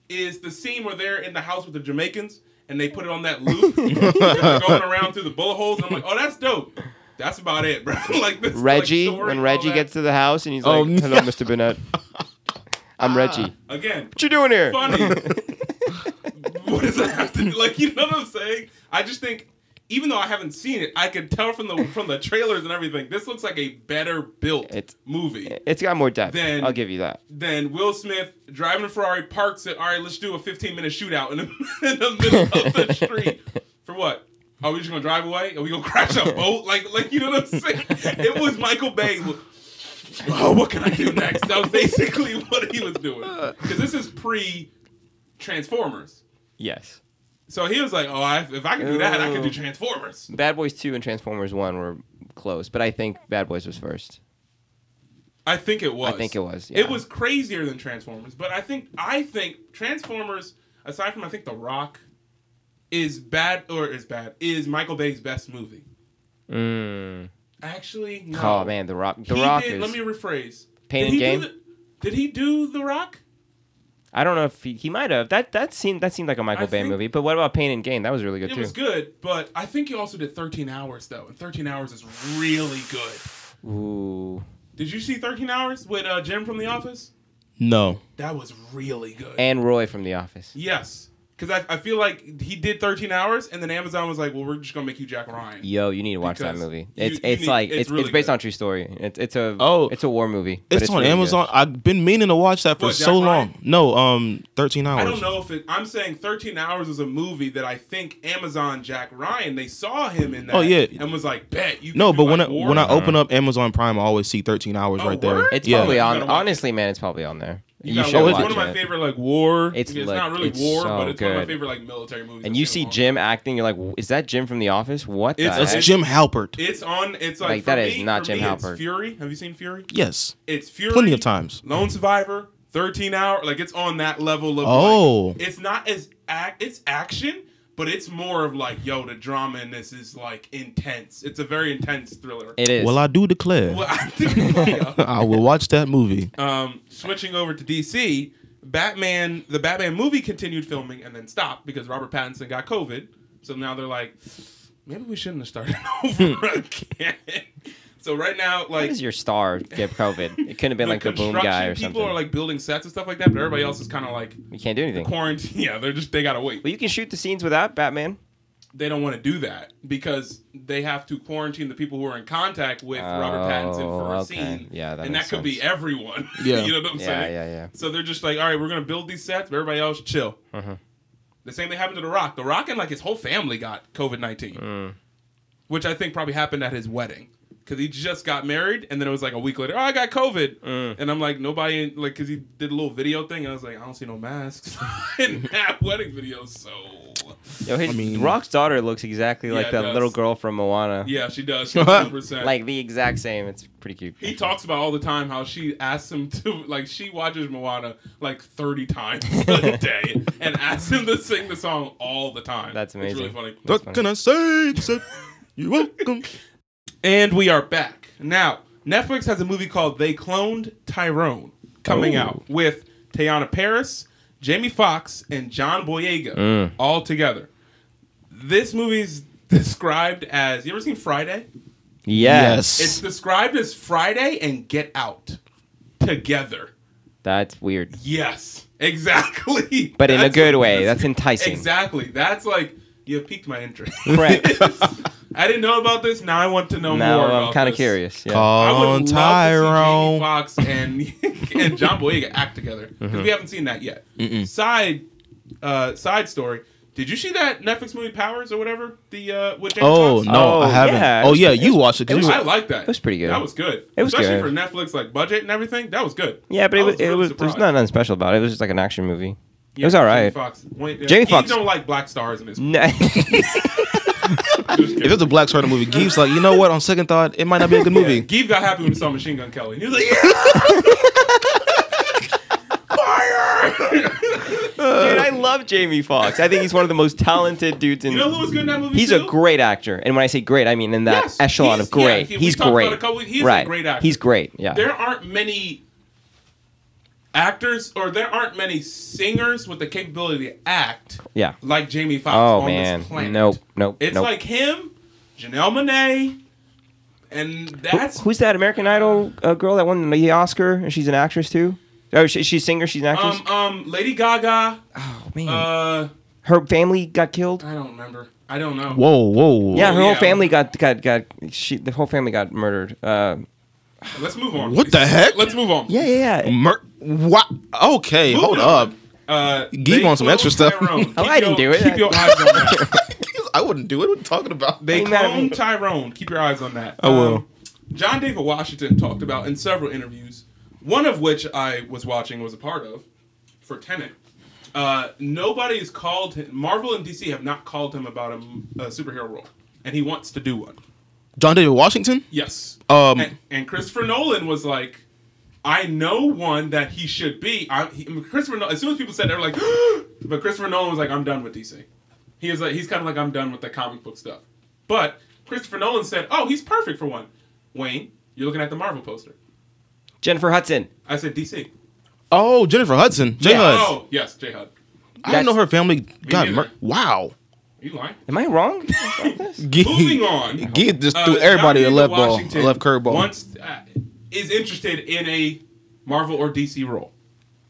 Speaker 2: is the scene where they're in the house with the Jamaicans and they put it on that loop, and they're going around through the bullet holes. And I'm like, oh, that's dope. That's about it, bro. <laughs> like this.
Speaker 3: Reggie,
Speaker 2: like, story,
Speaker 3: when
Speaker 2: all
Speaker 3: Reggie
Speaker 2: that.
Speaker 3: gets to the house and he's
Speaker 4: Oh,
Speaker 3: like, "Hello, Mr. Burnett.
Speaker 2: <laughs>
Speaker 3: I'm Reggie. What
Speaker 2: again,
Speaker 3: you doing here?"
Speaker 2: Ah. funny. <laughs> what does that have to do? Like, you know what I'm saying? I just think, even though I haven't seen it, I can tell from the from the trailers and everything, this looks like a better built
Speaker 3: It's-
Speaker 2: movie
Speaker 3: It's got more depth.
Speaker 2: Then-
Speaker 3: I'll give you that.
Speaker 2: than Will Smith driving a Ferrari parks it. All right, let's do a 15 minute shootout in the, <laughs> in the middle of the street for what? Are we just gonna drive away? Are we gonna crash a boat? Like, like you know what I'm saying? It was Michael Bay. Oh, what can I do next? That was basically <laughs> what he was doing. Because this is pre Transformers.
Speaker 3: Yes.
Speaker 2: So he was like, "Oh, I, if I can do that, I can do Transformers."
Speaker 3: Bad Boys Two and Transformers One were close, but I think Bad Boys was first.
Speaker 2: I think it was.
Speaker 3: I think it was.
Speaker 2: It
Speaker 3: yeah.
Speaker 2: was crazier than Transformers, but I think I think Transformers, aside from I think The Rock, is bad or is bad is Michael Bay's best movie.
Speaker 3: Mm.
Speaker 2: Actually, no.
Speaker 3: Oh man, The Rock. The
Speaker 2: He
Speaker 3: Rock
Speaker 2: did-
Speaker 3: is.
Speaker 2: Let me rephrase.
Speaker 3: Pain
Speaker 2: did
Speaker 3: and
Speaker 2: he
Speaker 3: Gain?
Speaker 2: Do the, did he do The Rock?
Speaker 3: I don't know if he, he might have. That that seemed that seemed like a Michael
Speaker 2: I
Speaker 3: Bay
Speaker 2: think-
Speaker 3: movie. But what about Pain and Gain? That was really good
Speaker 2: It
Speaker 3: too.
Speaker 2: was good, but I think he also did 13 Hours though, and 13 Hours is really good.
Speaker 3: Ooh.
Speaker 2: Did you see 13 Hours with uh, Jim from The Office?
Speaker 4: No,
Speaker 2: That was really good.
Speaker 3: And Roy from The Office.
Speaker 2: Yes. Because I, I feel like he did 13 hours, and then Amazon was like, well, we're just going to make you Jack Ryan.
Speaker 3: Yo, you need to watch
Speaker 2: Because
Speaker 3: that movie.
Speaker 2: you-
Speaker 3: It's
Speaker 2: you
Speaker 3: it's
Speaker 2: need-
Speaker 3: like
Speaker 2: it's
Speaker 3: it's, it's,
Speaker 2: really
Speaker 3: based
Speaker 2: good.
Speaker 3: on true story. It's it's a
Speaker 4: Oh.
Speaker 3: it's a war movie. but
Speaker 4: it's, on
Speaker 3: really good.
Speaker 4: Amazon. I've been meaning to watch that for
Speaker 2: What, Jack
Speaker 4: so
Speaker 2: Ryan?
Speaker 4: long. No, um, thirteen hours.
Speaker 2: I don't know if it, I'm saying 13 hours is a movie that I think Amazon Jack Ryan, they saw him in that.
Speaker 4: Oh, yeah.
Speaker 2: And was like, bet. you can
Speaker 4: No,
Speaker 2: do,
Speaker 4: but when I,
Speaker 2: like, war
Speaker 4: when I
Speaker 2: movies."
Speaker 4: open up Amazon Prime, I always see thirteen hours
Speaker 2: Oh,
Speaker 4: right there.
Speaker 2: word?
Speaker 3: It's
Speaker 4: yeah.
Speaker 3: probably
Speaker 2: You
Speaker 3: on.
Speaker 2: gotta watch
Speaker 3: Honestly, man, it's probably on there. You,
Speaker 2: gotta
Speaker 3: should
Speaker 2: watch it.
Speaker 3: watch
Speaker 2: It's one
Speaker 3: it.
Speaker 2: of my favorite, like, war.
Speaker 3: It's
Speaker 2: it's
Speaker 3: lit.
Speaker 2: not really
Speaker 3: It's
Speaker 2: war, but
Speaker 3: so
Speaker 2: it's one of my
Speaker 3: good.
Speaker 2: favorite, like, military movies.
Speaker 3: and
Speaker 2: I've
Speaker 3: you
Speaker 2: seen
Speaker 3: see
Speaker 2: in a long
Speaker 3: Jim acting, you're like, "W- is that Jim from The Office? What? the
Speaker 2: It's-
Speaker 4: That's
Speaker 3: heck?"
Speaker 2: it's-
Speaker 4: Jim Halpert.
Speaker 2: time. It's on. It's like,
Speaker 3: Like,
Speaker 2: that
Speaker 3: that
Speaker 2: is
Speaker 3: is not Jim Halpert.
Speaker 2: It's Fury. Have you seen Fury?
Speaker 4: Yes,
Speaker 2: It's Fury.
Speaker 4: plenty of times.
Speaker 3: Mm.
Speaker 2: Lone Survivor, 13 hour, like it's on that level of
Speaker 4: Oh.
Speaker 2: like, it's not as act it's action, But it's more of like, yo, the drama in this is like intense. It's a very intense thriller.
Speaker 3: It is.
Speaker 4: Well, I do declare.
Speaker 2: <laughs> Well, I think-
Speaker 4: I will watch that movie.
Speaker 2: um, switching over to DC, Batman, the Batman movie continued filming and then stopped because Robert Pattinson got COVID. So now they're like, maybe we shouldn't have started <laughs>
Speaker 3: <laughs>
Speaker 2: over again. So right now,
Speaker 3: What
Speaker 2: like,
Speaker 3: is your star get COVID? It couldn't have been
Speaker 2: the
Speaker 3: like the boom guy
Speaker 2: construction
Speaker 3: or
Speaker 2: people
Speaker 3: something.
Speaker 2: are like building sets and stuff like that, but everybody else is kind of like
Speaker 3: you can't do anything. Well,
Speaker 2: quarantine. <laughs> Yeah, they're just they gotta wait.
Speaker 3: you can shoot the scenes without Batman.
Speaker 2: they don't want to do that because they have to quarantine the people who are in contact with Robert Pattinson for a
Speaker 3: Oh, okay.
Speaker 2: scene.
Speaker 3: Yeah, that
Speaker 2: and that
Speaker 3: makes
Speaker 2: could be
Speaker 3: sense.
Speaker 2: everyone. <laughs>
Speaker 4: Yeah.
Speaker 2: you know what I'm
Speaker 3: Yeah,
Speaker 2: saying?
Speaker 3: yeah, yeah.
Speaker 2: So they're just like, all right, we're gonna build these sets, but everybody else chill. The same thing happened to The Rock. The Rock and like his whole family got COVID nineteen, which I think probably happened at his wedding. Cause he just got married, and then it was like a week later. Oh, I got COVID, and I'm like, nobody like, cause he did a little video thing, and I was like, I don't see no masks <laughs> in that wedding video. So
Speaker 3: Yo, his,
Speaker 4: I mean-
Speaker 3: Rock's daughter looks exactly like
Speaker 2: it
Speaker 3: that
Speaker 2: does.
Speaker 3: little girl from Moana.
Speaker 2: yeah, she
Speaker 3: <laughs>
Speaker 2: does. 100%.
Speaker 3: Like the exact same. It's pretty cute.
Speaker 2: He talks about all the time how she asks him to like she watches Moana like thirty times <laughs> a day and asks him to sing the song all the time. It's
Speaker 3: That's amazing.
Speaker 2: really funny.
Speaker 4: What can I say except you're welcome?
Speaker 2: And we are back now. Netflix has a movie called "They Cloned Tyrone" coming
Speaker 3: Oh.
Speaker 2: out with Tayana Paris, Jamie Foxx, and John Boyega
Speaker 3: Mm.
Speaker 2: all together. This movie's <laughs> described as you ever seen Friday?
Speaker 3: Yes.
Speaker 2: It's described as Friday and Get Out together.
Speaker 3: That's weird.
Speaker 2: Yes, <laughs> exactly.
Speaker 3: But in a
Speaker 2: That's
Speaker 3: good
Speaker 2: what
Speaker 3: way.
Speaker 2: this-
Speaker 3: That's enticing.
Speaker 2: exactly. That's like you piqued my interest. <laughs>
Speaker 3: Correct.
Speaker 2: I didn't know about this. Now I want to know
Speaker 3: now
Speaker 2: more.
Speaker 3: I'm
Speaker 2: kind of
Speaker 3: curious. Yeah.
Speaker 2: I would
Speaker 4: <laughs> Call on
Speaker 2: love
Speaker 4: Tyrone.
Speaker 2: to see Jamie Foxx and <laughs> and John Boyega act together because
Speaker 3: Mm-hmm.
Speaker 2: we haven't seen that yet. Side uh, side story. Did you see that Netflix movie Powers or whatever? The uh, with Jamie
Speaker 4: Oh
Speaker 2: Foxx?
Speaker 4: no,
Speaker 3: Oh,
Speaker 4: I haven't.
Speaker 3: yeah, it
Speaker 4: oh
Speaker 3: was-
Speaker 4: yeah,
Speaker 3: it
Speaker 4: you watched it. 'cause you
Speaker 2: I
Speaker 4: were-
Speaker 2: like that. It
Speaker 3: was pretty good.
Speaker 2: That was good.
Speaker 3: It was
Speaker 2: especially
Speaker 3: good.
Speaker 2: for Netflix like budget and everything. That was good.
Speaker 3: yeah, but
Speaker 2: I
Speaker 3: it was, it
Speaker 2: really
Speaker 3: was there's
Speaker 2: surprised.
Speaker 3: nothing unspecial about it. It was just like an action movie.
Speaker 2: Yeah,
Speaker 3: it was all right.
Speaker 2: Jamie Foxx. Wait,
Speaker 3: Jamie
Speaker 2: he
Speaker 3: Foxx. Mm.
Speaker 2: don't like black stars in his.
Speaker 3: No-
Speaker 2: Just
Speaker 4: if
Speaker 2: kidding.
Speaker 4: it's a Black Star movie, Geef's like, you know what? On second thought, it might not be a good
Speaker 2: Yeah,
Speaker 4: movie.
Speaker 2: Give got happy when <laughs> he saw Machine Gun Kelly. And he was like, yeah! Fire!
Speaker 3: <laughs> Dude, I love Jamie Foxx. I think he's one of the most talented dudes in.
Speaker 2: you know who was good in that movie?
Speaker 3: he's
Speaker 2: too?
Speaker 3: a great actor, and when I say great, I mean in that
Speaker 2: Yes,
Speaker 3: echelon
Speaker 2: he's-
Speaker 3: of great.
Speaker 2: yeah, he- we
Speaker 3: he's
Speaker 2: talked about
Speaker 3: great.
Speaker 2: it a couple- he's a
Speaker 3: right.
Speaker 2: great actor.
Speaker 3: He's great. Yeah.
Speaker 2: There aren't many actors or there aren't many singers with the capability to act
Speaker 3: yeah.
Speaker 2: like Jamie Foxx
Speaker 3: Oh
Speaker 2: on
Speaker 3: man.
Speaker 2: this planet.
Speaker 3: Nope. Nope.
Speaker 2: It's
Speaker 3: nope.
Speaker 2: like him, Janelle Monae, and
Speaker 3: Who-
Speaker 2: that's
Speaker 3: who's that American Idol uh, girl that won the Oscar? And she's an actress too. Oh, she, she's singer. She's an actress.
Speaker 2: um um Lady Gaga.
Speaker 3: oh man.
Speaker 2: Uh,
Speaker 3: her family got killed.
Speaker 2: I don't remember. I don't know.
Speaker 4: Whoa, whoa, whoa.
Speaker 3: Yeah, her
Speaker 2: Oh, yeah.
Speaker 3: whole family got got got. She the whole family got murdered. Uh,
Speaker 2: Let's move on.
Speaker 4: What the heck?
Speaker 2: Let's move on.
Speaker 3: yeah, yeah,
Speaker 2: Um,
Speaker 3: yeah.
Speaker 4: Mer- what? Okay,
Speaker 2: Moving
Speaker 4: hold
Speaker 2: on.
Speaker 4: up. <laughs>
Speaker 2: Uh,
Speaker 4: Give
Speaker 2: they
Speaker 4: on some
Speaker 2: cloned
Speaker 4: extra stuff.
Speaker 2: Tyrone.
Speaker 3: <laughs> Oh,
Speaker 2: Keep
Speaker 3: I didn't
Speaker 2: your-
Speaker 3: do it.
Speaker 2: Keep your eyes on
Speaker 3: <laughs>
Speaker 2: that.
Speaker 4: I wouldn't do it. What are you talking about?
Speaker 2: They
Speaker 3: Ain't that-
Speaker 2: cloned Tyrone. Keep your eyes on that.
Speaker 4: I will.
Speaker 2: Um, John David Washington talked about in several interviews, one of which I was watching was a part of, for Tenet. Uh, nobody has called him. Marvel and DC have not called him about a, m- a superhero role, and he wants to do one.
Speaker 4: John David Washington.
Speaker 2: Yes.
Speaker 4: Um,
Speaker 2: and, and Christopher Nolan was like, I know one that he should be. I, he, I mean, Christopher Nolan, as soon as people said, they were like, <gasps> but Christopher Nolan was like, I'm done with DC. He was like, he's kind of like, I'm done with the comic book stuff. But Christopher Nolan said, oh, he's perfect for one. Wayne, you're looking at the Marvel poster.
Speaker 3: Jennifer Hudson.
Speaker 2: I said DC.
Speaker 4: Oh, Jennifer Hudson. J
Speaker 3: Yeah.
Speaker 4: Hud.
Speaker 2: Oh, yes, J Hud.
Speaker 4: I didn't know her family got
Speaker 2: neither.
Speaker 4: mur- Wow.
Speaker 2: You lying?
Speaker 3: Am I
Speaker 2: <laughs>
Speaker 3: wrong? about this?
Speaker 4: <laughs>
Speaker 2: Moving on.
Speaker 4: Geef just
Speaker 2: Uh,
Speaker 4: threw everybody a
Speaker 2: John David
Speaker 4: left ball, a
Speaker 2: Washington
Speaker 4: left curveball.
Speaker 2: Wants, uh, is interested in a Marvel or DC role.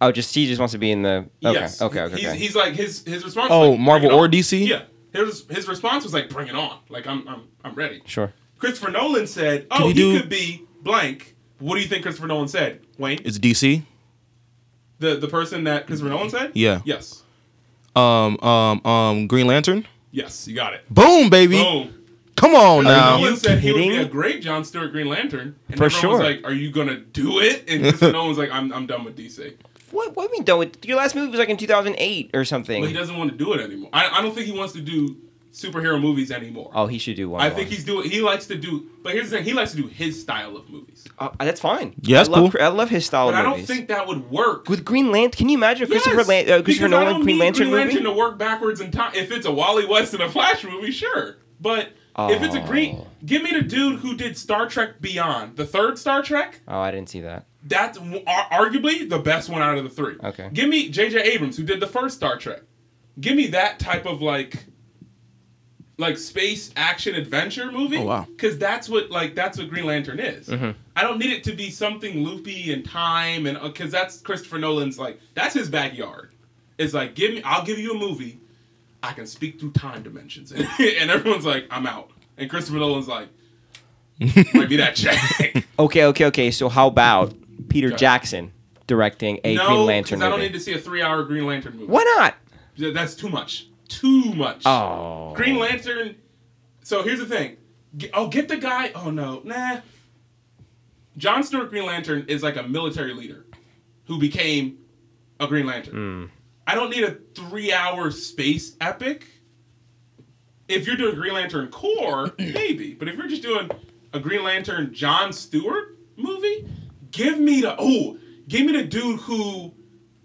Speaker 3: oh, just she just wants to be in the. Okay,
Speaker 2: Yes.
Speaker 3: okay, okay.
Speaker 2: He's,
Speaker 3: okay.
Speaker 2: he's like his his response.
Speaker 4: Oh,
Speaker 2: was like,
Speaker 4: Marvel
Speaker 2: "Bring it
Speaker 4: or
Speaker 2: on."
Speaker 4: DC?
Speaker 2: Yeah, his his response was like, "Bring it on!" Like I'm I'm I'm ready.
Speaker 3: sure.
Speaker 2: Christopher Nolan said, "Oh,
Speaker 4: we
Speaker 2: he
Speaker 4: do-
Speaker 2: could be blank." What do you think Christopher Nolan said, Wayne?
Speaker 4: It's DC.
Speaker 2: The the person that Christopher Nolan said?
Speaker 4: Yeah.
Speaker 2: Yes.
Speaker 4: Um, um, um, Green Lantern.
Speaker 2: Yes, you got it.
Speaker 4: Boom, baby.
Speaker 2: Boom.
Speaker 4: Come on now.
Speaker 2: Nolan said he would be
Speaker 3: kidding?
Speaker 2: a great John Stewart Green Lantern, and
Speaker 3: For
Speaker 2: everyone
Speaker 3: sure.
Speaker 2: was like, "Are you gonna do it?" And
Speaker 3: <laughs>
Speaker 2: Christopher Nolan's like, "I'm I'm done with DC."
Speaker 3: What? What do you mean? Don't your last movie was like in 2008 or something?
Speaker 2: But he doesn't want to do it anymore. I, I don't think he wants to do superhero movies anymore.
Speaker 3: Oh, he should do one.
Speaker 2: I
Speaker 3: more.
Speaker 2: think he's doing. He likes to do. But here's the thing. He likes to do his style of movies.
Speaker 3: Uh, that's fine.
Speaker 4: Yeah, that's
Speaker 3: I love,
Speaker 4: cool.
Speaker 3: I love his style
Speaker 2: But I
Speaker 3: of
Speaker 2: don't
Speaker 3: movies.
Speaker 2: think that would work.
Speaker 3: with Green Lantern, can you imagine a Christopher,
Speaker 2: Yes,
Speaker 3: Lan- uh, Christopher
Speaker 2: because I
Speaker 3: Nolan
Speaker 2: don't
Speaker 3: Green
Speaker 2: need
Speaker 3: Lantern
Speaker 2: Green
Speaker 3: movie?
Speaker 2: Lantern to work backwards in time. If it's a Wally West and a Flash movie, sure. But if it's a Green,
Speaker 3: Oh.
Speaker 2: give me the dude who did Star Trek Beyond, the third Star Trek.
Speaker 3: Oh, I didn't see that.
Speaker 2: That's w- ar- arguably the best one out of the three.
Speaker 3: Okay.
Speaker 2: Give me J.J. Abrams, who did the first Star Trek. Give me that type of like, like space action adventure movie.
Speaker 4: Oh, wow.
Speaker 2: Because that's what like that's what Green Lantern is. I don't need it to be something loopy and time and because that's Christopher Nolan's like that's his backyard. It's like give me I'll give you a movie, I can speak through time dimensions <laughs> and, everyone's like I'm out and Christopher Nolan's like might be that check.
Speaker 3: Okay, okay, okay. So how about Peter
Speaker 2: Okay.
Speaker 3: Jackson directing a Green Lantern
Speaker 2: 'cause I
Speaker 3: movie?
Speaker 2: don't need to see a three-hour Green Lantern movie.
Speaker 3: Why not?
Speaker 2: Th- That's too much. Too much.
Speaker 3: Oh,
Speaker 2: Green Lantern. So here's the thing. G oh, get the guy. Oh no, nah. John Stewart Green Lantern is like a military leader who became a Green Lantern. I don't need a three-hour space epic. If you're doing Green Lantern core, maybe. But if you're just doing a Green Lantern John Stewart movie, give me the oh, give me the dude who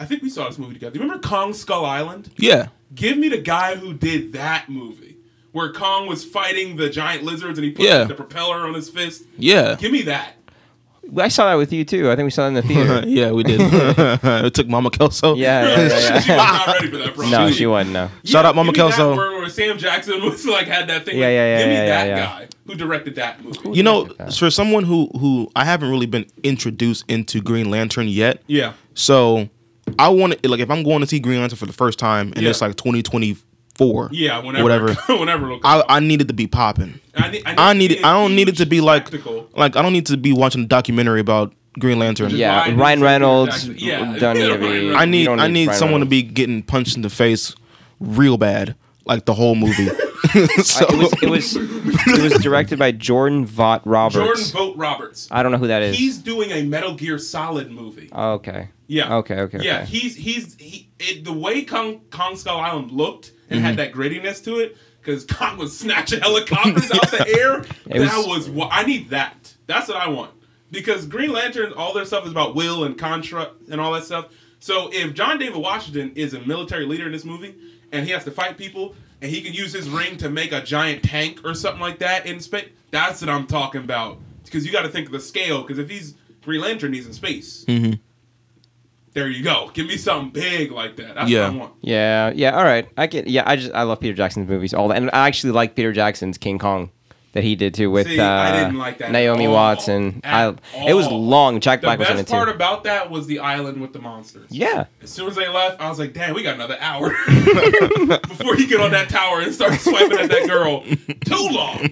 Speaker 2: I think we saw this movie together. You remember Kong Skull Island?
Speaker 4: Yeah.
Speaker 2: Give me the guy who did that movie where Kong was fighting the giant lizards and he put
Speaker 4: Yeah.
Speaker 2: the propeller on his fist.
Speaker 4: Yeah.
Speaker 2: Give me that.
Speaker 3: I saw that with you too. I think we saw that in
Speaker 4: <laughs>
Speaker 3: the theater.
Speaker 4: Uh, yeah, we did. it took Mama Kelso.
Speaker 3: yeah, yeah, yeah, yeah.
Speaker 2: she was not ready for that, bro.
Speaker 3: No, she wasn't. No.
Speaker 2: Yeah,
Speaker 4: Shout out Mama
Speaker 2: give me that
Speaker 4: Kelso.
Speaker 2: Where, where Sam Jackson <laughs> was like had that thing.
Speaker 3: Yeah,
Speaker 2: like,
Speaker 3: yeah, yeah,
Speaker 2: Give me
Speaker 3: yeah,
Speaker 2: that
Speaker 3: yeah,
Speaker 2: guy who directed that movie.
Speaker 4: You know,
Speaker 3: Yeah.
Speaker 4: for someone who who I haven't really been introduced into Green Lantern yet,
Speaker 2: yeah.
Speaker 4: so I want to like if I'm going to see Green Lantern for the first time and it's
Speaker 2: Yeah.
Speaker 4: like 2024,
Speaker 2: Yeah, whenever,
Speaker 4: whatever.
Speaker 2: <laughs> whenever. it'll come
Speaker 4: I,
Speaker 2: out.
Speaker 4: I needed to be popping.
Speaker 2: I need, need
Speaker 4: I
Speaker 2: to
Speaker 4: need
Speaker 2: see
Speaker 4: it. I don't need it to be like
Speaker 2: spectacle.
Speaker 4: like I don't need to be watching a documentary about Green Lantern.
Speaker 2: Just
Speaker 3: Yeah,
Speaker 2: Ryan
Speaker 3: Ryan
Speaker 2: Reynolds,
Speaker 3: Reynolds.
Speaker 2: exactly. Yeah.
Speaker 3: Don't need to
Speaker 2: <laughs>
Speaker 3: be-
Speaker 2: Ryan Reynolds.
Speaker 4: I
Speaker 3: you
Speaker 4: need
Speaker 3: don't
Speaker 4: I need
Speaker 3: Ryan
Speaker 4: someone to
Speaker 3: Reynolds.
Speaker 4: be getting punched in the face real bad, like the whole
Speaker 2: <laughs>
Speaker 4: movie. <laughs> so,
Speaker 3: Uh, It was
Speaker 4: <laughs>
Speaker 3: it was it was directed by Jordan Vaught
Speaker 2: Jordan
Speaker 3: Roberts.
Speaker 2: Vogt Roberts.
Speaker 3: I don't know who that is.
Speaker 2: He's doing a Metal Gear Solid movie.
Speaker 3: Oh, okay.
Speaker 2: Yeah.
Speaker 3: Okay, okay,
Speaker 2: Yeah,
Speaker 3: okay.
Speaker 2: he's he's he, it, the way Kong, Kong Skull Island looked and
Speaker 3: Mm-hmm.
Speaker 2: had that grittiness to it because Kong was snatching helicopters out
Speaker 3: <laughs>
Speaker 2: the air.
Speaker 3: It
Speaker 2: that
Speaker 3: was-
Speaker 2: was wha- I need that. That's what I want because Green Lantern, all their stuff is about will and contra and all that stuff. So if John David Washington is a military leader in this movie and he has to fight people and he can use his ring to make a giant tank or something like that in space, that's what I'm talking about. Because you got to think of the scale. Because if he's Green Lantern, he's in space. There you go. Give me something big like that. That's
Speaker 4: Yeah.
Speaker 2: what I want.
Speaker 3: Yeah, yeah, all right. I get yeah, I just I love Peter Jackson's movies all that. And I actually like Peter Jackson's King Kong that he did too with
Speaker 2: See,
Speaker 3: uh,
Speaker 2: I didn't like that at
Speaker 3: Naomi
Speaker 2: all.
Speaker 3: Watson. I
Speaker 2: At
Speaker 3: it was
Speaker 2: all.
Speaker 3: long. Jack
Speaker 2: The
Speaker 3: Black was in
Speaker 2: best
Speaker 3: it
Speaker 2: part
Speaker 3: too.
Speaker 2: about that was the island with the monsters. <laughs>
Speaker 3: yeah. <laughs>
Speaker 2: As soon as they left, I was like, "Damn, we got another hour before he get on that tower and start swiping at that girl." Too long.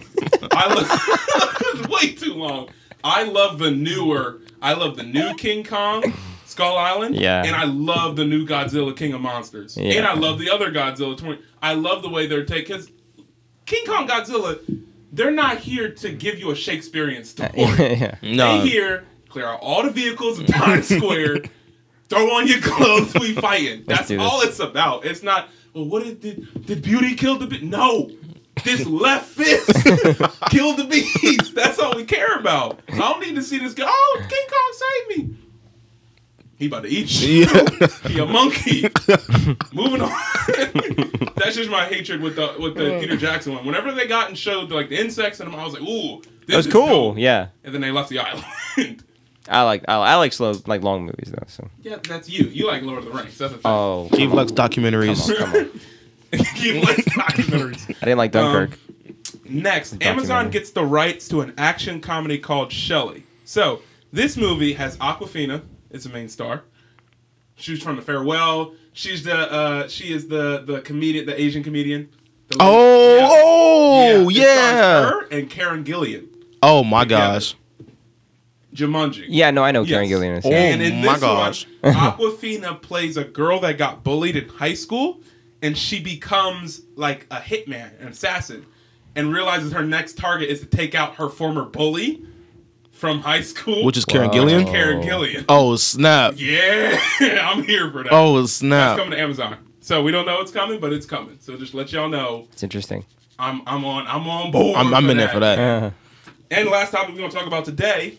Speaker 2: I love <laughs> way too long. I love the newer. I love the new King Kong, Skull Island.
Speaker 3: Yeah.
Speaker 2: And I love the new Godzilla King of Monsters.
Speaker 3: Yeah.
Speaker 2: And I love the other Godzilla 20. I love the way they're taking because King Kong Godzilla. They're not here to give you a Shakespearean story.
Speaker 3: <laughs> yeah.
Speaker 4: no,
Speaker 2: Stay here, clear out all the vehicles in Times
Speaker 3: <laughs>
Speaker 2: Square, throw on your clothes, we fighting.
Speaker 3: Let's
Speaker 2: That's
Speaker 3: do
Speaker 2: all
Speaker 3: this.
Speaker 2: it's about. It's not, well, what did, did, did beauty kill the beast? No.
Speaker 3: <laughs>
Speaker 2: This left fist killed the beast. That's all we care about. I don't need to see this guy. Oh, King Kong, save me. He about to eat you. <laughs> He a
Speaker 3: <laughs>
Speaker 2: monkey. Moving on. <laughs> That's just my hatred with the with the Peter Jackson one. Whenever they got and showed like the insects and them, I was like, ooh, this
Speaker 3: It was
Speaker 2: is
Speaker 3: cool.
Speaker 2: dope
Speaker 3: Yeah.
Speaker 2: and then they left the island. <laughs>
Speaker 3: I like I, I like slow like long movies though. So
Speaker 2: yeah, that's you. You like Lord of the Rings. That's the thing.
Speaker 3: oh,
Speaker 4: Keith Lux documentaries.
Speaker 3: come on.
Speaker 2: <laughs> Keep like
Speaker 3: <laughs>
Speaker 2: documentaries.
Speaker 3: I didn't like Dunkirk.
Speaker 2: Um, Next, Amazon
Speaker 3: Documentary.
Speaker 2: gets the rights to an action comedy called Shelley. So this movie has Aquafina as the main star. She's from The Farewell. She's the uh, she is the the comedian, the Asian comedian. The lady- Yeah.
Speaker 4: Oh, oh,
Speaker 2: It
Speaker 4: yeah.
Speaker 2: stars Her and Karen Gillian,
Speaker 4: Oh my
Speaker 2: Together.
Speaker 4: gosh.
Speaker 2: Jumanji.
Speaker 3: yeah, no, I know Karen
Speaker 2: Yes.
Speaker 3: Gillian is.
Speaker 4: Oh,
Speaker 3: yeah.
Speaker 2: and in
Speaker 4: my
Speaker 2: this
Speaker 4: gosh. <laughs>
Speaker 2: one, Aquafina plays a girl that got bullied in high school, and she becomes like a hitman, an assassin, and realizes her next target is to take out her former bully from high school,
Speaker 4: Which is Karen
Speaker 3: Wow.
Speaker 4: Gillian?
Speaker 2: Karen Gillian.
Speaker 4: Oh snap.
Speaker 2: <laughs> Yeah, I'm here for that.
Speaker 4: Oh
Speaker 2: it's
Speaker 4: snap.
Speaker 2: coming to Amazon, so we don't know it's coming, but it's coming. So just let y'all know
Speaker 3: It's interesting.
Speaker 2: I'm I'm on I'm on board.
Speaker 4: I'm, I'm in there for that.
Speaker 3: Uh,
Speaker 2: And the last topic we're gonna talk about today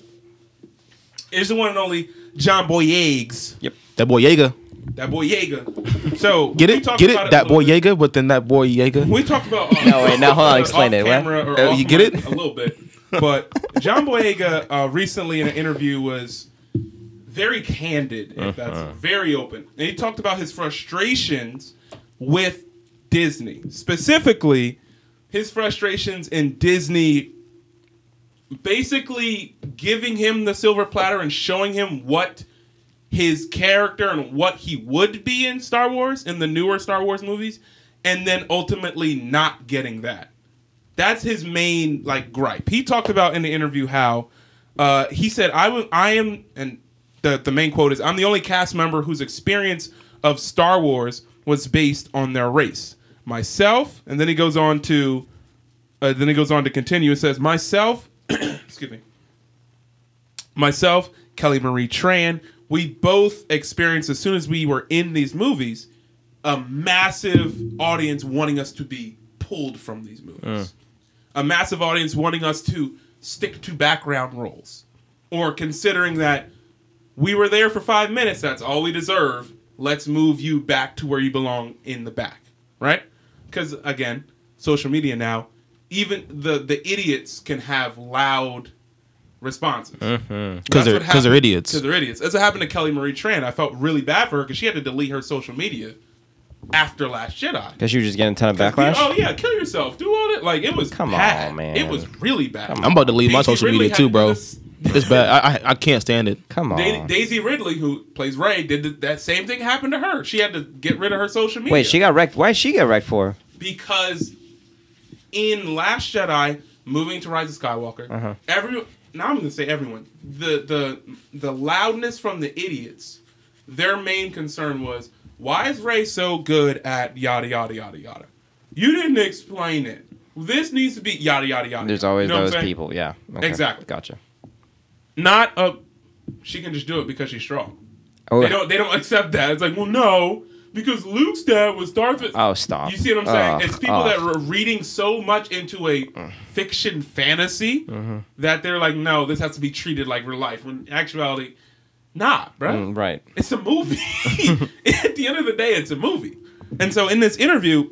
Speaker 2: is the one and only John Boyega's.
Speaker 4: That boy Yeager.
Speaker 2: That
Speaker 4: <laughs>
Speaker 2: boy Yeager. So
Speaker 4: Get
Speaker 2: we
Speaker 4: it?
Speaker 2: talked
Speaker 4: Get
Speaker 2: about
Speaker 4: it? That
Speaker 2: a
Speaker 4: boy
Speaker 2: little bit.
Speaker 4: Yeager, but then that boy Yeager.
Speaker 2: We talked
Speaker 3: <laughs>
Speaker 2: about uh,
Speaker 3: No, wait, now hold on,
Speaker 2: uh,
Speaker 3: explain it. What?
Speaker 2: off-camera or
Speaker 4: Uh,
Speaker 2: off
Speaker 4: you get
Speaker 2: mic
Speaker 4: it?
Speaker 2: a little bit, but John Boyega uh, recently in an interview was very candid. If
Speaker 3: Uh-huh.
Speaker 2: that's very open, and he talked about his frustrations with Disney, specifically his frustrations in Disney basically giving him the silver platter and showing him what his character and what he would be in Star Wars in the newer Star Wars movies, and then ultimately not getting that. That's his main like gripe. He talked about in the interview how uh, he said I wa- I am and the the main quote is I'm the only cast member whose experience of Star Wars was based on their race. Myself, and then he goes on to uh, then he goes on to continue. It says, myself, <coughs> excuse me, myself, Kelly Marie Tran, we both experienced as soon as we were in these movies, a massive audience wanting us to be pulled from these movies, a massive audience wanting us to stick to background roles, or considering that we were there for five minutes. That's all we deserve. Let's move you back to where you belong in the back, right? Because again, social media now, even the the idiots can have loud responses
Speaker 4: Because they're,
Speaker 2: That's what
Speaker 4: cause they're
Speaker 2: happened.
Speaker 4: idiots.
Speaker 2: Because they're idiots. That's what happened to Kelly Marie Tran. I felt really bad for her because she had to delete her social media after Last Jedi.
Speaker 3: Cause you were just getting a ton of backlash.
Speaker 2: Oh yeah, kill yourself. Do all that. Like it was.
Speaker 3: Come on,
Speaker 2: bad.
Speaker 3: man.
Speaker 2: It was really bad.
Speaker 4: I'm about to leave my
Speaker 2: Daisy
Speaker 4: social
Speaker 2: Ridley
Speaker 4: media
Speaker 2: had
Speaker 4: too,
Speaker 2: to do
Speaker 4: bro.
Speaker 2: this-
Speaker 4: It's bad. I, I I can't stand it.
Speaker 3: Come on.
Speaker 2: Da- Daisy Ridley, who plays Ray, did th- that same thing happened to her. She had to get rid of her social media.
Speaker 3: Wait, she got wrecked. Why did she get wrecked for?
Speaker 2: because in Last Jedi, moving to Rise of Skywalker,
Speaker 3: Uh-huh.
Speaker 2: every now I'm gonna say everyone the the the loudness from the idiots. Their main concern was why is Ray so good at yada yada yada yada. You didn't explain it. This needs to be yada yada yada.
Speaker 3: There's
Speaker 2: yada.
Speaker 3: always
Speaker 2: You know what I'm
Speaker 3: those
Speaker 2: saying?
Speaker 3: people. Yeah. Okay.
Speaker 2: Exactly.
Speaker 3: Gotcha.
Speaker 2: Not a. She can just do it because she's strong.
Speaker 3: Oh,
Speaker 2: They don't. They don't accept that. It's like, well, no, because Luke's dad was Darth. Vader.
Speaker 3: Oh, stop. Oh,
Speaker 2: You see what I'm saying?
Speaker 3: Ugh,
Speaker 2: it's people
Speaker 3: ugh.
Speaker 2: that are reading so much into a fiction fantasy
Speaker 3: Mm-hmm.
Speaker 2: that they're like, no, this has to be treated like real life. When in actuality, nah, bro.
Speaker 3: Mm, right.
Speaker 2: It's a
Speaker 3: <laughs>
Speaker 2: movie. <laughs> At the end of the day, it's a movie. And so in this interview,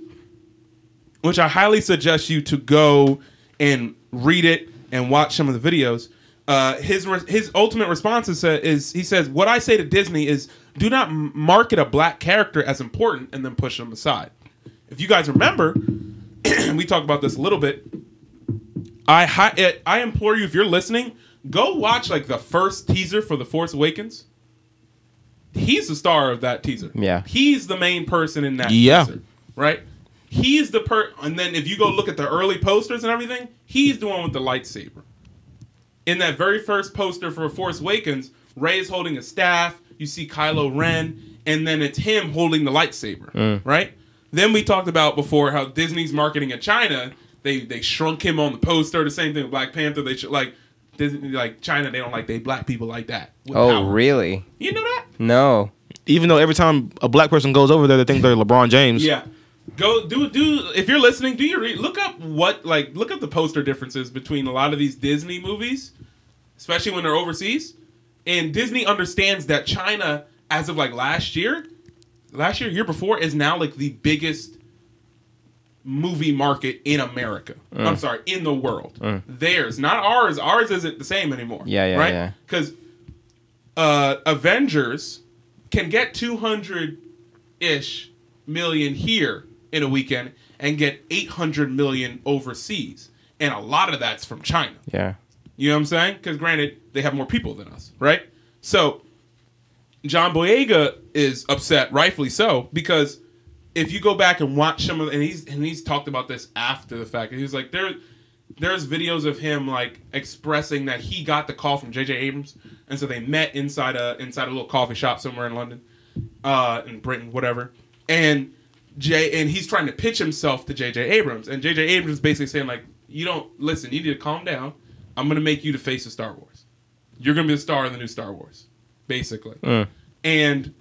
Speaker 2: which I highly suggest you to go and read it and watch some of the videos, uh, his re- his ultimate response is, uh, is he says, "What I say to Disney is, do not m- market a black character as important and then push them aside." If you guys remember, <clears throat> and we talked about this a little bit. I hi- I implore you, if you're listening, go watch like the first teaser for The Force Awakens. He's the star of that teaser.
Speaker 3: Yeah.
Speaker 2: he's the main person in that.
Speaker 4: Yeah.
Speaker 2: teaser, right. He's the per. And then if you go look at the early posters and everything, he's the one with the lightsaber. In that very first poster for Force Awakens, Ray is holding a staff. You see Kylo Ren, and then it's him holding the lightsaber,
Speaker 3: Mm.
Speaker 2: right? Then we talked about before how Disney's marketing in China. They they shrunk him on the poster. The same thing with Black Panther. They should like Disney like China. They don't like they black people like that. with
Speaker 3: Oh,
Speaker 2: power.
Speaker 3: really?
Speaker 2: You know that?
Speaker 3: No.
Speaker 4: Even though every time a black person goes over there, they think they're LeBron James.
Speaker 2: Yeah. Go do do if you're listening, do your re- look up what like look up the poster differences between a lot of these Disney movies, especially when they're overseas. And Disney understands that China, as of like last year, last year year before, is now like the biggest movie market in America.
Speaker 3: Mm.
Speaker 2: I'm sorry, in the world. Theirs, not ours. Ours isn't the same anymore.
Speaker 3: Yeah, yeah,
Speaker 2: right?
Speaker 3: yeah.
Speaker 2: Because uh, Avengers can get 200 ish million here in a weekend and get 800 million overseas. And a lot of that's from China.
Speaker 3: Yeah.
Speaker 2: You know what I'm saying? Because granted, they have more people than us, right? So John Boyega is upset, rightfully so, because if you go back and watch some of, and he's and he's talked about this after the fact, and he's like, there, there's videos of him like expressing that he got the call from J.J. Abrams, and so they met inside a inside a little coffee shop somewhere in London, uh, in Britain, whatever, and. J and he's trying to pitch himself to J.J. Abrams, and J.J. Abrams is basically saying like, "You don't listen. You need to calm down. I'm gonna make you the face of Star Wars. You're gonna be the star of the new Star Wars, basically." And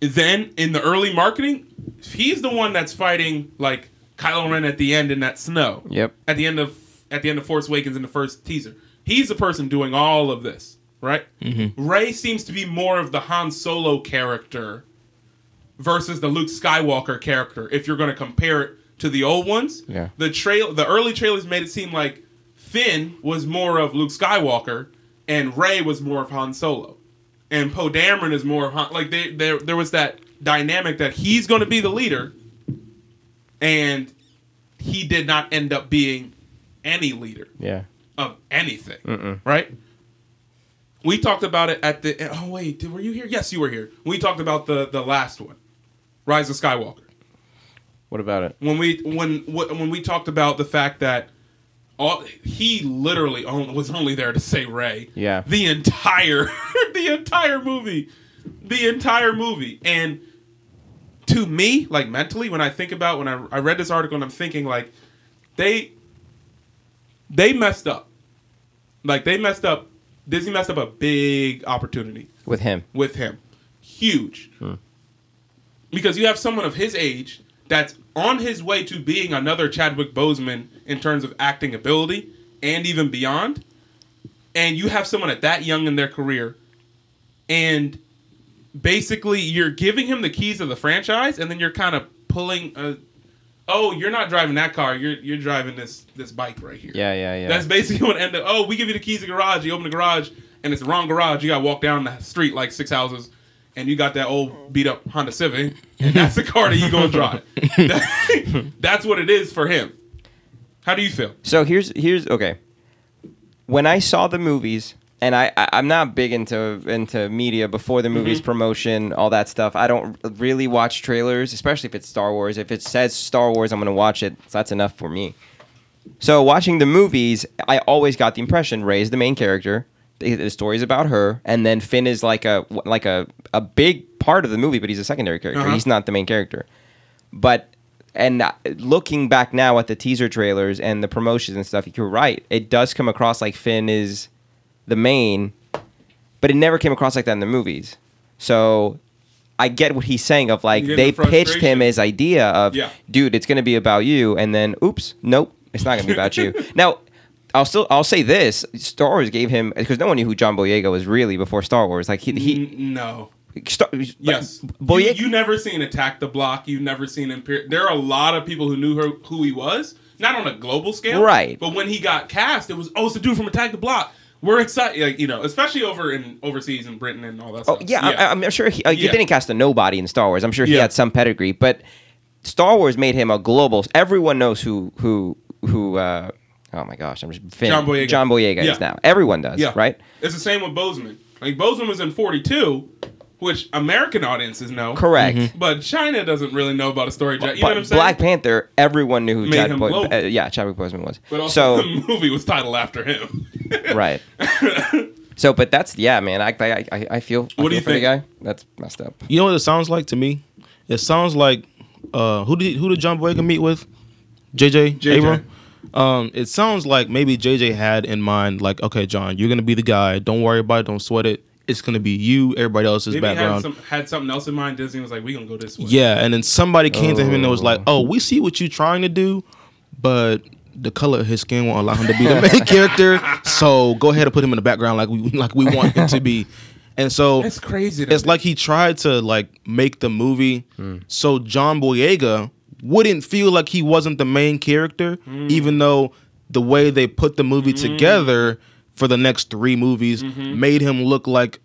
Speaker 2: then in the early marketing, he's the one that's fighting like Kylo Ren at the end in that snow.
Speaker 3: Yep.
Speaker 2: At the end of at the end of Force Awakens in the first teaser, he's the person doing all of this, right? Mm-hmm. Ray seems to be more of the Han Solo character versus the Luke Skywalker character. If you're going to compare it to the old ones,
Speaker 3: Yeah.
Speaker 2: the trail the early trailers made it seem like Finn was more of Luke Skywalker and Ray was more of Han Solo. And Poe Dameron is more of Han, like they, there there was that dynamic that he's going to be the leader and he did not end up being any leader
Speaker 3: Yeah.
Speaker 2: of anything, right? We talked about it at the. Oh wait, did, were you here? Yes, you were here. We talked about the the last one, Rise of Skywalker.
Speaker 3: What about it?
Speaker 2: When we when wh- when we talked about the fact that all he literally on, was only there to say Ray.
Speaker 3: Yeah.
Speaker 2: The entire <laughs> the entire movie, the entire movie, and to me, like mentally, when I think about when I I read this article and I'm thinking like they they messed up. Like they messed up. Disney messed up a big opportunity
Speaker 3: With him.
Speaker 2: with him. Huge. Because you have someone of his age that's on his way to being another Chadwick Boseman in terms of acting ability and even beyond. And you have someone at that young in their career and basically you're giving him the keys of the franchise and then you're kind of pulling a Oh, you're not driving that car. You're you're driving this this bike right here.
Speaker 3: Yeah, yeah, yeah.
Speaker 2: That's basically <laughs> what ended. Oh, we give you the keys to the garage. You open the garage, and it's the wrong garage. You got to walk down the street like six houses, and you got that old beat up Honda Civic, and that's
Speaker 3: <laughs>
Speaker 2: the car that you gonna drive. that's what it is for him. How do you feel?
Speaker 3: So here's here's okay. When I saw the movies, and I, I I'm not big into into media before the movies promotion, all that stuff. I don't really watch trailers, especially if it's Star Wars. If it says Star Wars, I'm gonna watch it. So that's enough for me. So watching the movies, I always got the impression Ray's the main character. The, the story's about her, and then Finn is like a like a a big part of the movie, but he's a secondary character.
Speaker 2: Uh-huh.
Speaker 3: He's not the main character. But and uh, looking back now at the teaser trailers and the promotions and stuff, you're right. It does come across like Finn is the main, but it never came across like that in the movies. So I get what he's saying of like
Speaker 2: You get
Speaker 3: they
Speaker 2: the
Speaker 3: pitched
Speaker 2: frustration.
Speaker 3: him his idea of
Speaker 2: Yeah.
Speaker 3: dude it's going to be about you and then oops nope it's not going to be
Speaker 2: <laughs>
Speaker 3: about you now i'll still i'll say this star wars gave him because no one knew who john boyega was really before star wars like he, he
Speaker 2: N- no.
Speaker 3: star,
Speaker 2: Mm-hmm. Yes.
Speaker 3: boyega
Speaker 2: you, you never seen Attack the Block. You never seen Imper- There are a lot of people who knew her, who he was, not on a global scale,
Speaker 3: Right.
Speaker 2: But when he got cast, it was oh, it's the dude from Attack the Block. We're excited, like, you know, especially over in overseas in Britain and all that.
Speaker 3: Oh
Speaker 2: stuff.
Speaker 3: yeah, I, I'm sure he, like,
Speaker 2: Yeah.
Speaker 3: he didn't cast a nobody in Star Wars. I'm sure he
Speaker 2: Yeah.
Speaker 3: had some pedigree, but Star Wars made him a global. Everyone knows who who who. Uh, oh my gosh, I'm just Finn,
Speaker 2: John Boyega.
Speaker 3: John Boyega
Speaker 2: Yeah.
Speaker 3: is now. Everyone does,
Speaker 2: Yeah.
Speaker 3: right?
Speaker 2: It's the same with Bozeman. Like Bozeman was in 42, which American audiences know.
Speaker 3: Correct.
Speaker 2: But China doesn't really know about a story. Jack. You know
Speaker 3: but
Speaker 2: what I'm saying?
Speaker 3: Black Panther, everyone knew who
Speaker 2: Made
Speaker 3: Chad
Speaker 2: him
Speaker 3: Boy,
Speaker 2: global.
Speaker 3: uh, yeah, Chadwick Boseman was.
Speaker 2: but also <laughs>
Speaker 3: so
Speaker 2: the movie was titled after him. <laughs>
Speaker 3: right. So, but that's yeah, man. I I I, I feel. I
Speaker 2: What do
Speaker 3: feel
Speaker 2: you
Speaker 3: for the
Speaker 2: think?
Speaker 3: guy? That's messed up.
Speaker 4: You know what it sounds like to me? It sounds like uh, who did who did John Boyega meet with? JJ,
Speaker 2: JJ.
Speaker 4: Abrams? Um, it sounds like maybe JJ had in mind like, okay, John, you're gonna be the guy. Don't worry about it. Don't sweat it. It's gonna be you. Everybody else's
Speaker 2: Maybe he had,
Speaker 4: background.
Speaker 2: some, had something else in mind. Disney was like, "We gonna go this way."
Speaker 4: yeah, and then somebody came to him and was like, oh, we see what you're trying to do, but the color of his skin won't allow him to be the main <laughs> character. So go ahead and put him in the background like we like we want him to be. And so
Speaker 2: that's crazy. to
Speaker 4: it's
Speaker 2: me.
Speaker 4: like he tried to like make the movie
Speaker 2: Hmm.
Speaker 4: so John Boyega wouldn't feel like he wasn't the main character,
Speaker 2: Hmm.
Speaker 4: even though the way they put the movie together for the next three movies
Speaker 2: Hmm.
Speaker 4: made him look like,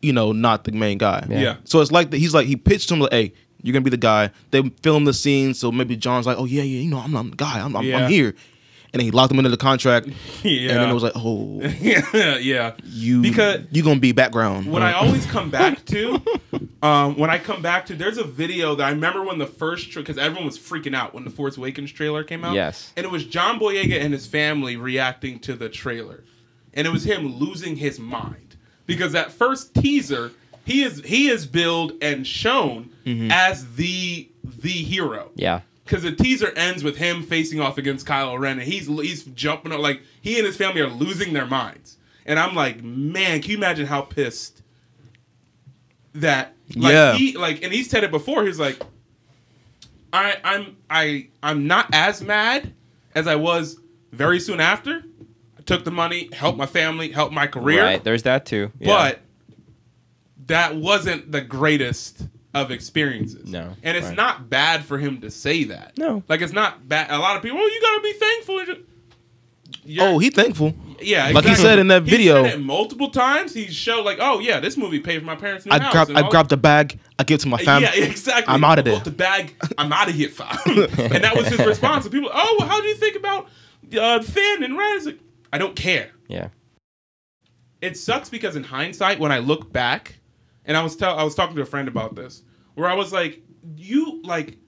Speaker 4: you know, not the main guy.
Speaker 2: yeah.
Speaker 4: So it's like that he's like he pitched him like, hey, you're gonna be the guy. They filmed the scene, so maybe John's like, oh yeah, yeah, you know, I'm, I'm the guy, I'm, I'm,
Speaker 2: Yeah.
Speaker 4: I'm here, and he locked him into the contract,
Speaker 2: <laughs> yeah,
Speaker 4: and then it was like, oh,
Speaker 2: yeah, <laughs> yeah.
Speaker 4: you
Speaker 2: Because-
Speaker 4: you gonna be background.
Speaker 2: What I always come
Speaker 3: <laughs>
Speaker 2: back to, um, when I come back to, there's a video that I remember when the first because everyone was freaking out when the Force Awakens trailer came out.
Speaker 3: Yes.
Speaker 2: and it was John Boyega and his family reacting to the trailer, and it was him losing his mind because that first teaser, he is he is billed and shown as the the hero.
Speaker 3: Mm-hmm. Yeah.
Speaker 2: Because the teaser ends with him facing off against Kylo Ren, and he's he's jumping up like he and his family are losing their minds. And I'm like, man, can you imagine how pissed that? Like,
Speaker 4: Yeah.
Speaker 2: He, like, and he's said it before. He's like, I, I'm I I'm not as mad as I was very soon after. I took the money, helped my family, helped my career.
Speaker 3: Right. There's that too. Yeah.
Speaker 2: But that wasn't the greatest of experiences.
Speaker 3: No,
Speaker 2: And it's
Speaker 3: right.
Speaker 2: not bad for him to say that.
Speaker 3: No.
Speaker 2: Like it's not bad. A lot of people, oh, you gotta be thankful. You're-
Speaker 4: Oh, he thankful.
Speaker 2: yeah,
Speaker 4: like he said in that
Speaker 2: He said
Speaker 4: video.
Speaker 2: it multiple times. He showed like, oh yeah, this movie paid for my parents' new
Speaker 4: I
Speaker 2: house.
Speaker 4: grab
Speaker 2: and
Speaker 4: I
Speaker 2: all-
Speaker 4: grabbed a bag. I give it to my family.
Speaker 2: yeah, <laughs> exactly.
Speaker 4: I'm outta
Speaker 2: I bought
Speaker 4: there.
Speaker 2: The bag. I'm out of here, fam. <laughs> and that was his response. And people, oh, well, how do you think about uh, Finn and Ren? It's like, I don't care.
Speaker 3: yeah.
Speaker 2: It sucks because in hindsight, when I look back, and I was tell I was talking to a friend about this, where I was like, you like,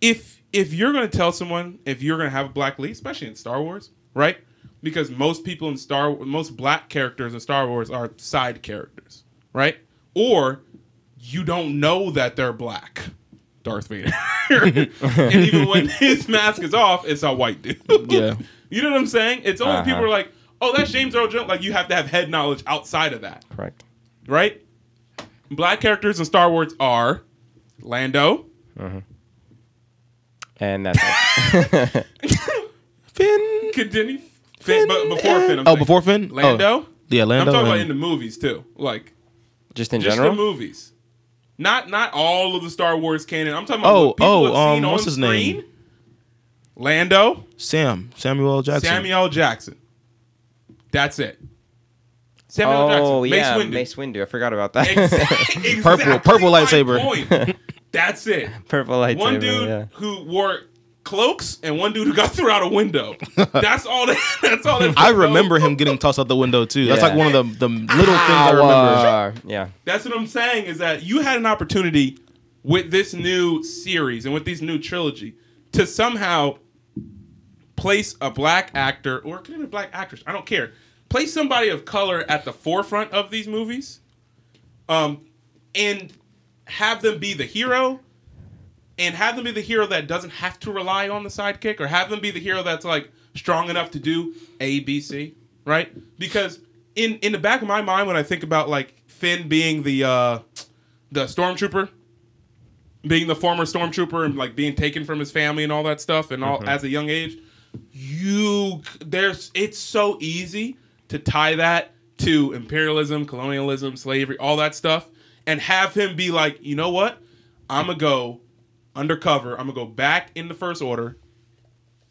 Speaker 2: if if you're gonna tell someone if you're gonna have a black lead, especially in Star Wars, right? Because most people in Star most black characters in Star Wars are side characters, right? Or you don't know that they're black. Darth Vader. <laughs> and even when his mask is off, it's a white dude.
Speaker 4: Yeah.
Speaker 2: You know what I'm saying? It's only
Speaker 3: Uh-huh.
Speaker 2: people are like, oh, that's James Earl Jones. Like, you have to have head knowledge outside of that,
Speaker 3: Correct.
Speaker 2: right? Black characters in Star Wars are Lando,
Speaker 3: And that's it.
Speaker 4: Finn.
Speaker 2: continue, Finn, but before Finn. I'm
Speaker 4: Oh,
Speaker 2: saying.
Speaker 4: before Finn. Oh.
Speaker 2: Lando.
Speaker 4: Yeah,
Speaker 2: I'm
Speaker 4: Lando.
Speaker 2: talking about
Speaker 4: and-
Speaker 2: in the movies too, like
Speaker 3: just in
Speaker 2: just the
Speaker 3: general.
Speaker 2: movies, not not all of the Star Wars canon. I'm talking about
Speaker 4: Oh,
Speaker 2: what people
Speaker 4: oh,
Speaker 2: have
Speaker 4: um,
Speaker 2: seen on
Speaker 4: what's his name?
Speaker 2: screen. Lando,
Speaker 4: Sam. Samuel L. Jackson.
Speaker 2: Samuel L. Jackson. That's it. Samuel L. Jackson,
Speaker 3: Oh
Speaker 2: Mace
Speaker 3: yeah,
Speaker 2: Windu.
Speaker 3: Mace Windu. I forgot about that.
Speaker 2: Exactly
Speaker 4: Purple- purple
Speaker 2: my
Speaker 4: lightsaber.
Speaker 2: point. <laughs> That's it.
Speaker 3: <laughs> Purple lightsaber.
Speaker 2: One dude
Speaker 3: yeah.
Speaker 2: who wore cloaks and one dude who got <laughs> thrown out a window. That's all. That, <laughs> that's all. That
Speaker 4: I remember him getting tossed out the window too. That's
Speaker 3: Yeah.
Speaker 4: like one of the the little
Speaker 3: Ah,
Speaker 4: things I remember.
Speaker 3: uh, yeah.
Speaker 2: That's what I'm saying is that you had an opportunity with this new series and with these new trilogy to somehow place a black actor or it could have been a black actress. I don't care. Place somebody of color at the forefront of these movies, um, and have them be the hero, and have them be the hero that doesn't have to rely on the sidekick, or have them be the hero that's like strong enough to do A, B, C, right? Because in in the back of my mind, when I think about like Finn being the uh, the stormtrooper, being the former stormtrooper and like being taken from his family and all that stuff, and all as a young age, you there's it's so easy to tie that to imperialism, colonialism, slavery, all that stuff, and have him be like, you know what? I'm gonna go undercover. I'm gonna go back in the first order.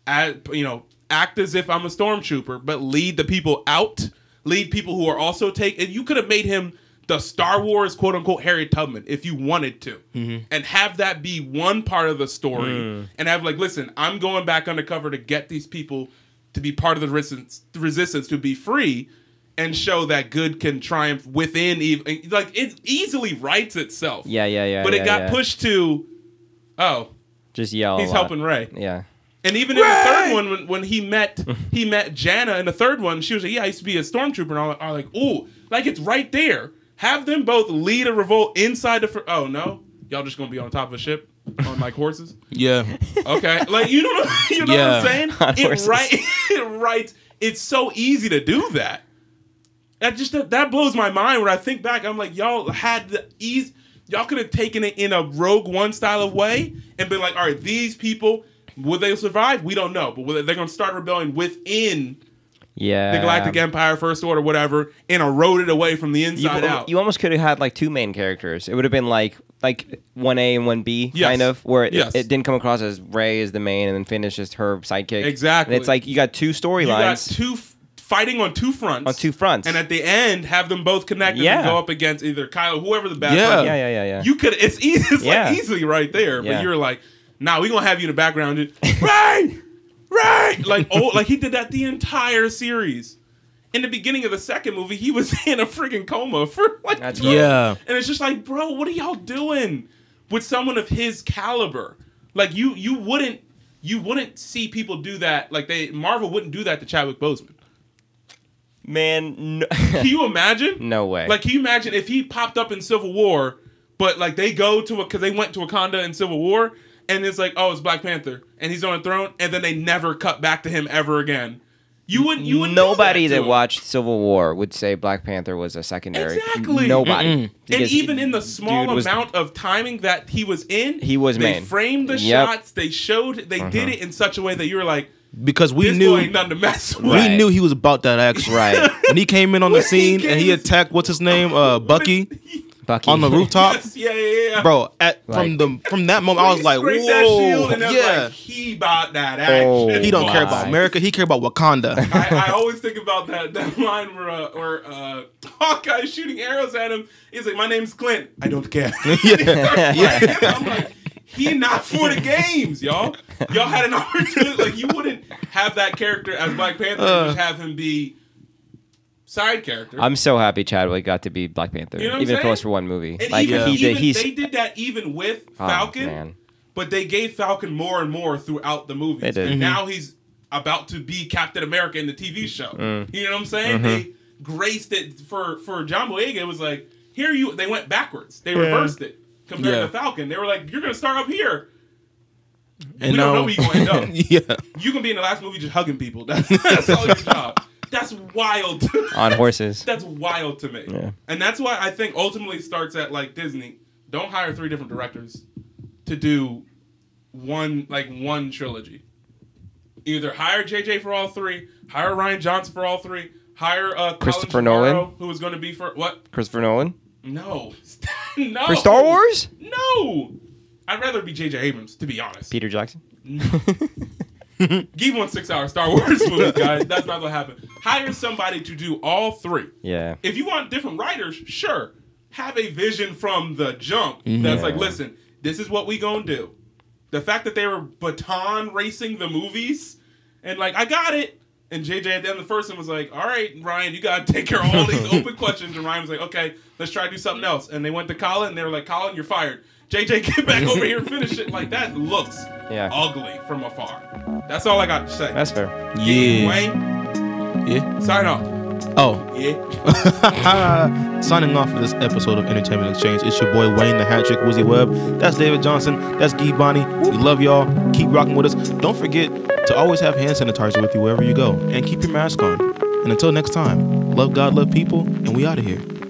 Speaker 2: As, you know, act as if I'm a stormtrooper, but lead the people out. Lead people who are also take. And you could have made him the Star Wars quote unquote Harry Tubman if you wanted to, and have that be one part of the story, and have like, listen, I'm going back undercover to get these people to be part of the resistance, resistance to be free. And show that good can triumph within even like it easily writes itself.
Speaker 3: Yeah, yeah, yeah.
Speaker 2: But it
Speaker 3: yeah,
Speaker 2: got
Speaker 3: yeah.
Speaker 2: pushed to, oh,
Speaker 3: Just yell. a
Speaker 2: he's
Speaker 3: lot.
Speaker 2: helping Ray.
Speaker 3: Yeah.
Speaker 2: And even in the third one, when, when he met
Speaker 3: <laughs>
Speaker 2: he met Jana in the third one, she was like, "Yeah, I used to be a stormtrooper," and all. I was like, "Ooh, like it's right there." Have them both lead a revolt inside the. Fr- oh no, y'all just gonna be on top of a ship on like horses?
Speaker 4: Yeah.
Speaker 2: Okay, like you know, what- you know
Speaker 4: Yeah.
Speaker 2: what I'm
Speaker 3: <laughs>
Speaker 2: saying?
Speaker 3: On
Speaker 2: It
Speaker 3: horses.
Speaker 2: right, <laughs> it writes. It's so easy to do that. That just that blows my mind. When I think back, I'm like, y'all had the ease. Y'all could have taken it in a Rogue One style of way and been like, all right, these people will they survive? We don't know, but whether they're gonna start rebelling within
Speaker 3: Yeah.
Speaker 2: the Galactic Empire, First Order, whatever, and erode it away from the
Speaker 3: you,
Speaker 2: inside out.
Speaker 3: you almost could have had like two main characters. It would have been like like one A and one B
Speaker 2: Yes.
Speaker 3: kind of where it,
Speaker 2: Yes.
Speaker 3: it didn't come across as Ray is the main and then Finn is just her sidekick.
Speaker 2: Exactly.
Speaker 3: And it's like you got two
Speaker 2: you got
Speaker 3: storylines.
Speaker 2: two f- fighting on two fronts.
Speaker 3: On two fronts.
Speaker 2: And at the end, have them both connected
Speaker 3: Yeah.
Speaker 2: and go up against either Kyle, whoever the bad
Speaker 4: Yeah.
Speaker 2: person.
Speaker 3: yeah, yeah, yeah, yeah.
Speaker 2: You could. It's easy. <laughs> It's
Speaker 3: Yeah.
Speaker 2: like easily right there.
Speaker 3: Yeah.
Speaker 2: But you're like, nah, we gonna have you in the background.
Speaker 3: <laughs>
Speaker 2: Just, right, right. Like oh, like he did that the entire series. In the beginning of the second movie, he was <laughs> in a freaking coma for like
Speaker 3: That's
Speaker 2: two-
Speaker 3: right.
Speaker 4: Yeah.
Speaker 2: and it's just like, bro, what are y'all doing with someone of his caliber? Like you you wouldn't you wouldn't see people do that. Like they Marvel wouldn't do that to Chadwick Boseman.
Speaker 3: Man, no,
Speaker 2: Can you imagine?
Speaker 3: <laughs> no way.
Speaker 2: Like, can you imagine if he popped up in Civil War, but like they go to a because they went to Wakanda in Civil War, and it's like, oh, it's Black Panther, and he's on a throne, and then they never cut back to him ever again. You wouldn't. You wouldn't. do
Speaker 3: Nobody
Speaker 2: that,
Speaker 3: that
Speaker 2: to
Speaker 3: watched Civil War would say Black Panther was a secondary.
Speaker 2: Exactly.
Speaker 3: Nobody.
Speaker 2: him. And
Speaker 3: Because
Speaker 2: even in the small
Speaker 3: dude was-
Speaker 2: amount of timing that he was in,
Speaker 3: He was
Speaker 2: They
Speaker 3: main.
Speaker 2: framed the
Speaker 3: Yep. Mm-hmm.
Speaker 2: shots. They showed. They did it in such a way that you were like,
Speaker 4: because we
Speaker 2: "This
Speaker 4: knew
Speaker 2: boy ain't nothing to
Speaker 4: <laughs>
Speaker 2: mess with." <laughs>
Speaker 4: we
Speaker 3: Right.
Speaker 4: knew he was about that action.
Speaker 3: <laughs> Right.
Speaker 4: When he came in on the
Speaker 2: When he
Speaker 4: scene and he
Speaker 2: came-
Speaker 4: attacked what's his name,
Speaker 2: <laughs>
Speaker 4: uh, Bucky,
Speaker 3: Bucky
Speaker 4: on the rooftop,
Speaker 2: Yes, yeah, yeah, yeah.
Speaker 4: bro. At,
Speaker 3: Like-
Speaker 4: from the from that moment, I was like,
Speaker 2: Scraped that shield,
Speaker 4: whoa,
Speaker 2: and I was
Speaker 4: yeah.
Speaker 2: like, he bought that action.
Speaker 3: Oh,
Speaker 4: he don't care
Speaker 3: Wow.
Speaker 4: about America. He care about
Speaker 2: <laughs>
Speaker 4: Wakanda.
Speaker 2: I, I always think about that <laughs> that line where uh, where uh, Hawkeye's shooting arrows at him. He's like, "My name's Clint. I don't
Speaker 3: <laughs>
Speaker 2: care." <laughs>
Speaker 4: yeah. yeah.
Speaker 2: I'm like, he not for the games, y'all. Y'all had an <laughs> opportunity. Like you wouldn't have that character as Black Panther and just have him be side character.
Speaker 3: Uh. I'm so happy Chadwick got to be Black Panther,
Speaker 2: You know what I'm
Speaker 3: even if it
Speaker 2: saying?
Speaker 3: was for one movie.
Speaker 2: and
Speaker 3: like
Speaker 2: even,
Speaker 3: he
Speaker 2: even
Speaker 3: did. He's
Speaker 2: they did that even with
Speaker 3: Oh,
Speaker 2: Falcon,
Speaker 3: man.
Speaker 2: but they gave Falcon more and more throughout the movies.
Speaker 3: They did. Mm-hmm.
Speaker 2: And now he's about to be Captain America in the TV show.
Speaker 3: Mm.
Speaker 2: You know what I'm saying?
Speaker 3: Mm-hmm.
Speaker 2: They graced it for for John Boyega. It was like here you. They went backwards. They reversed it compared
Speaker 4: Yeah.
Speaker 2: to Falcon. They were like, you're gonna start up here.
Speaker 4: And
Speaker 2: we don't know where you're going to end up.
Speaker 4: <laughs> yeah.
Speaker 2: You can be in the last movie just hugging
Speaker 4: <laughs>
Speaker 2: people. That's, that's all your job. That's wild. <laughs>
Speaker 3: on horses.
Speaker 2: that's wild to me.
Speaker 3: Yeah.
Speaker 2: And that's why I think ultimately it starts at like Disney. Don't hire three different directors to do one like one trilogy. Either hire JJ for all three, hire Ryan Johnson for all three, hire uh, Colin
Speaker 3: Christopher
Speaker 2: Trevorrow,
Speaker 3: Nolan?
Speaker 2: who was going to be for what?
Speaker 3: Christopher Nolan
Speaker 2: No, <laughs> no.
Speaker 3: for Star Wars.
Speaker 2: No, I'd rather be JJ Abrams to be honest.
Speaker 3: Peter Jackson.
Speaker 2: Give one six hour Star <laughs> Wars movies, guys. That's not gonna happen. Hire somebody to do all three.
Speaker 3: Yeah.
Speaker 2: If you want different writers, sure. Have a vision from the jump
Speaker 3: Mm-hmm.
Speaker 2: that's like, listen, this is what we gonna do. The fact that they were baton racing the movies and like, I got it. And JJ at the end of the first one was like, all right, Ryan, you gotta <laughs> take care of all these
Speaker 3: <laughs>
Speaker 2: open questions. And Ryan was like, okay, let's try to do something else. And they went to Colin and they were like, Colin, you're fired. JJ, get back
Speaker 3: <laughs>
Speaker 2: over here and finish it. Like that looks
Speaker 3: Yeah.
Speaker 2: ugly from afar. That's all I got to say.
Speaker 3: That's fair.
Speaker 4: Yeah.
Speaker 2: Wayne,
Speaker 4: Yeah.
Speaker 2: sign off.
Speaker 4: Oh. <laughs>
Speaker 2: Yeah.
Speaker 4: Signing off for this episode of Entertainment Exchange. It's your boy Wayne the Hat Trick Wizzy Webb. That's David Johnson. That's Guy Bonnie. We love y'all. Keep rocking with us. Don't forget to always have hand sanitizer with you wherever you go, and keep your mask on. And until next time, love God, love people, and we out of here.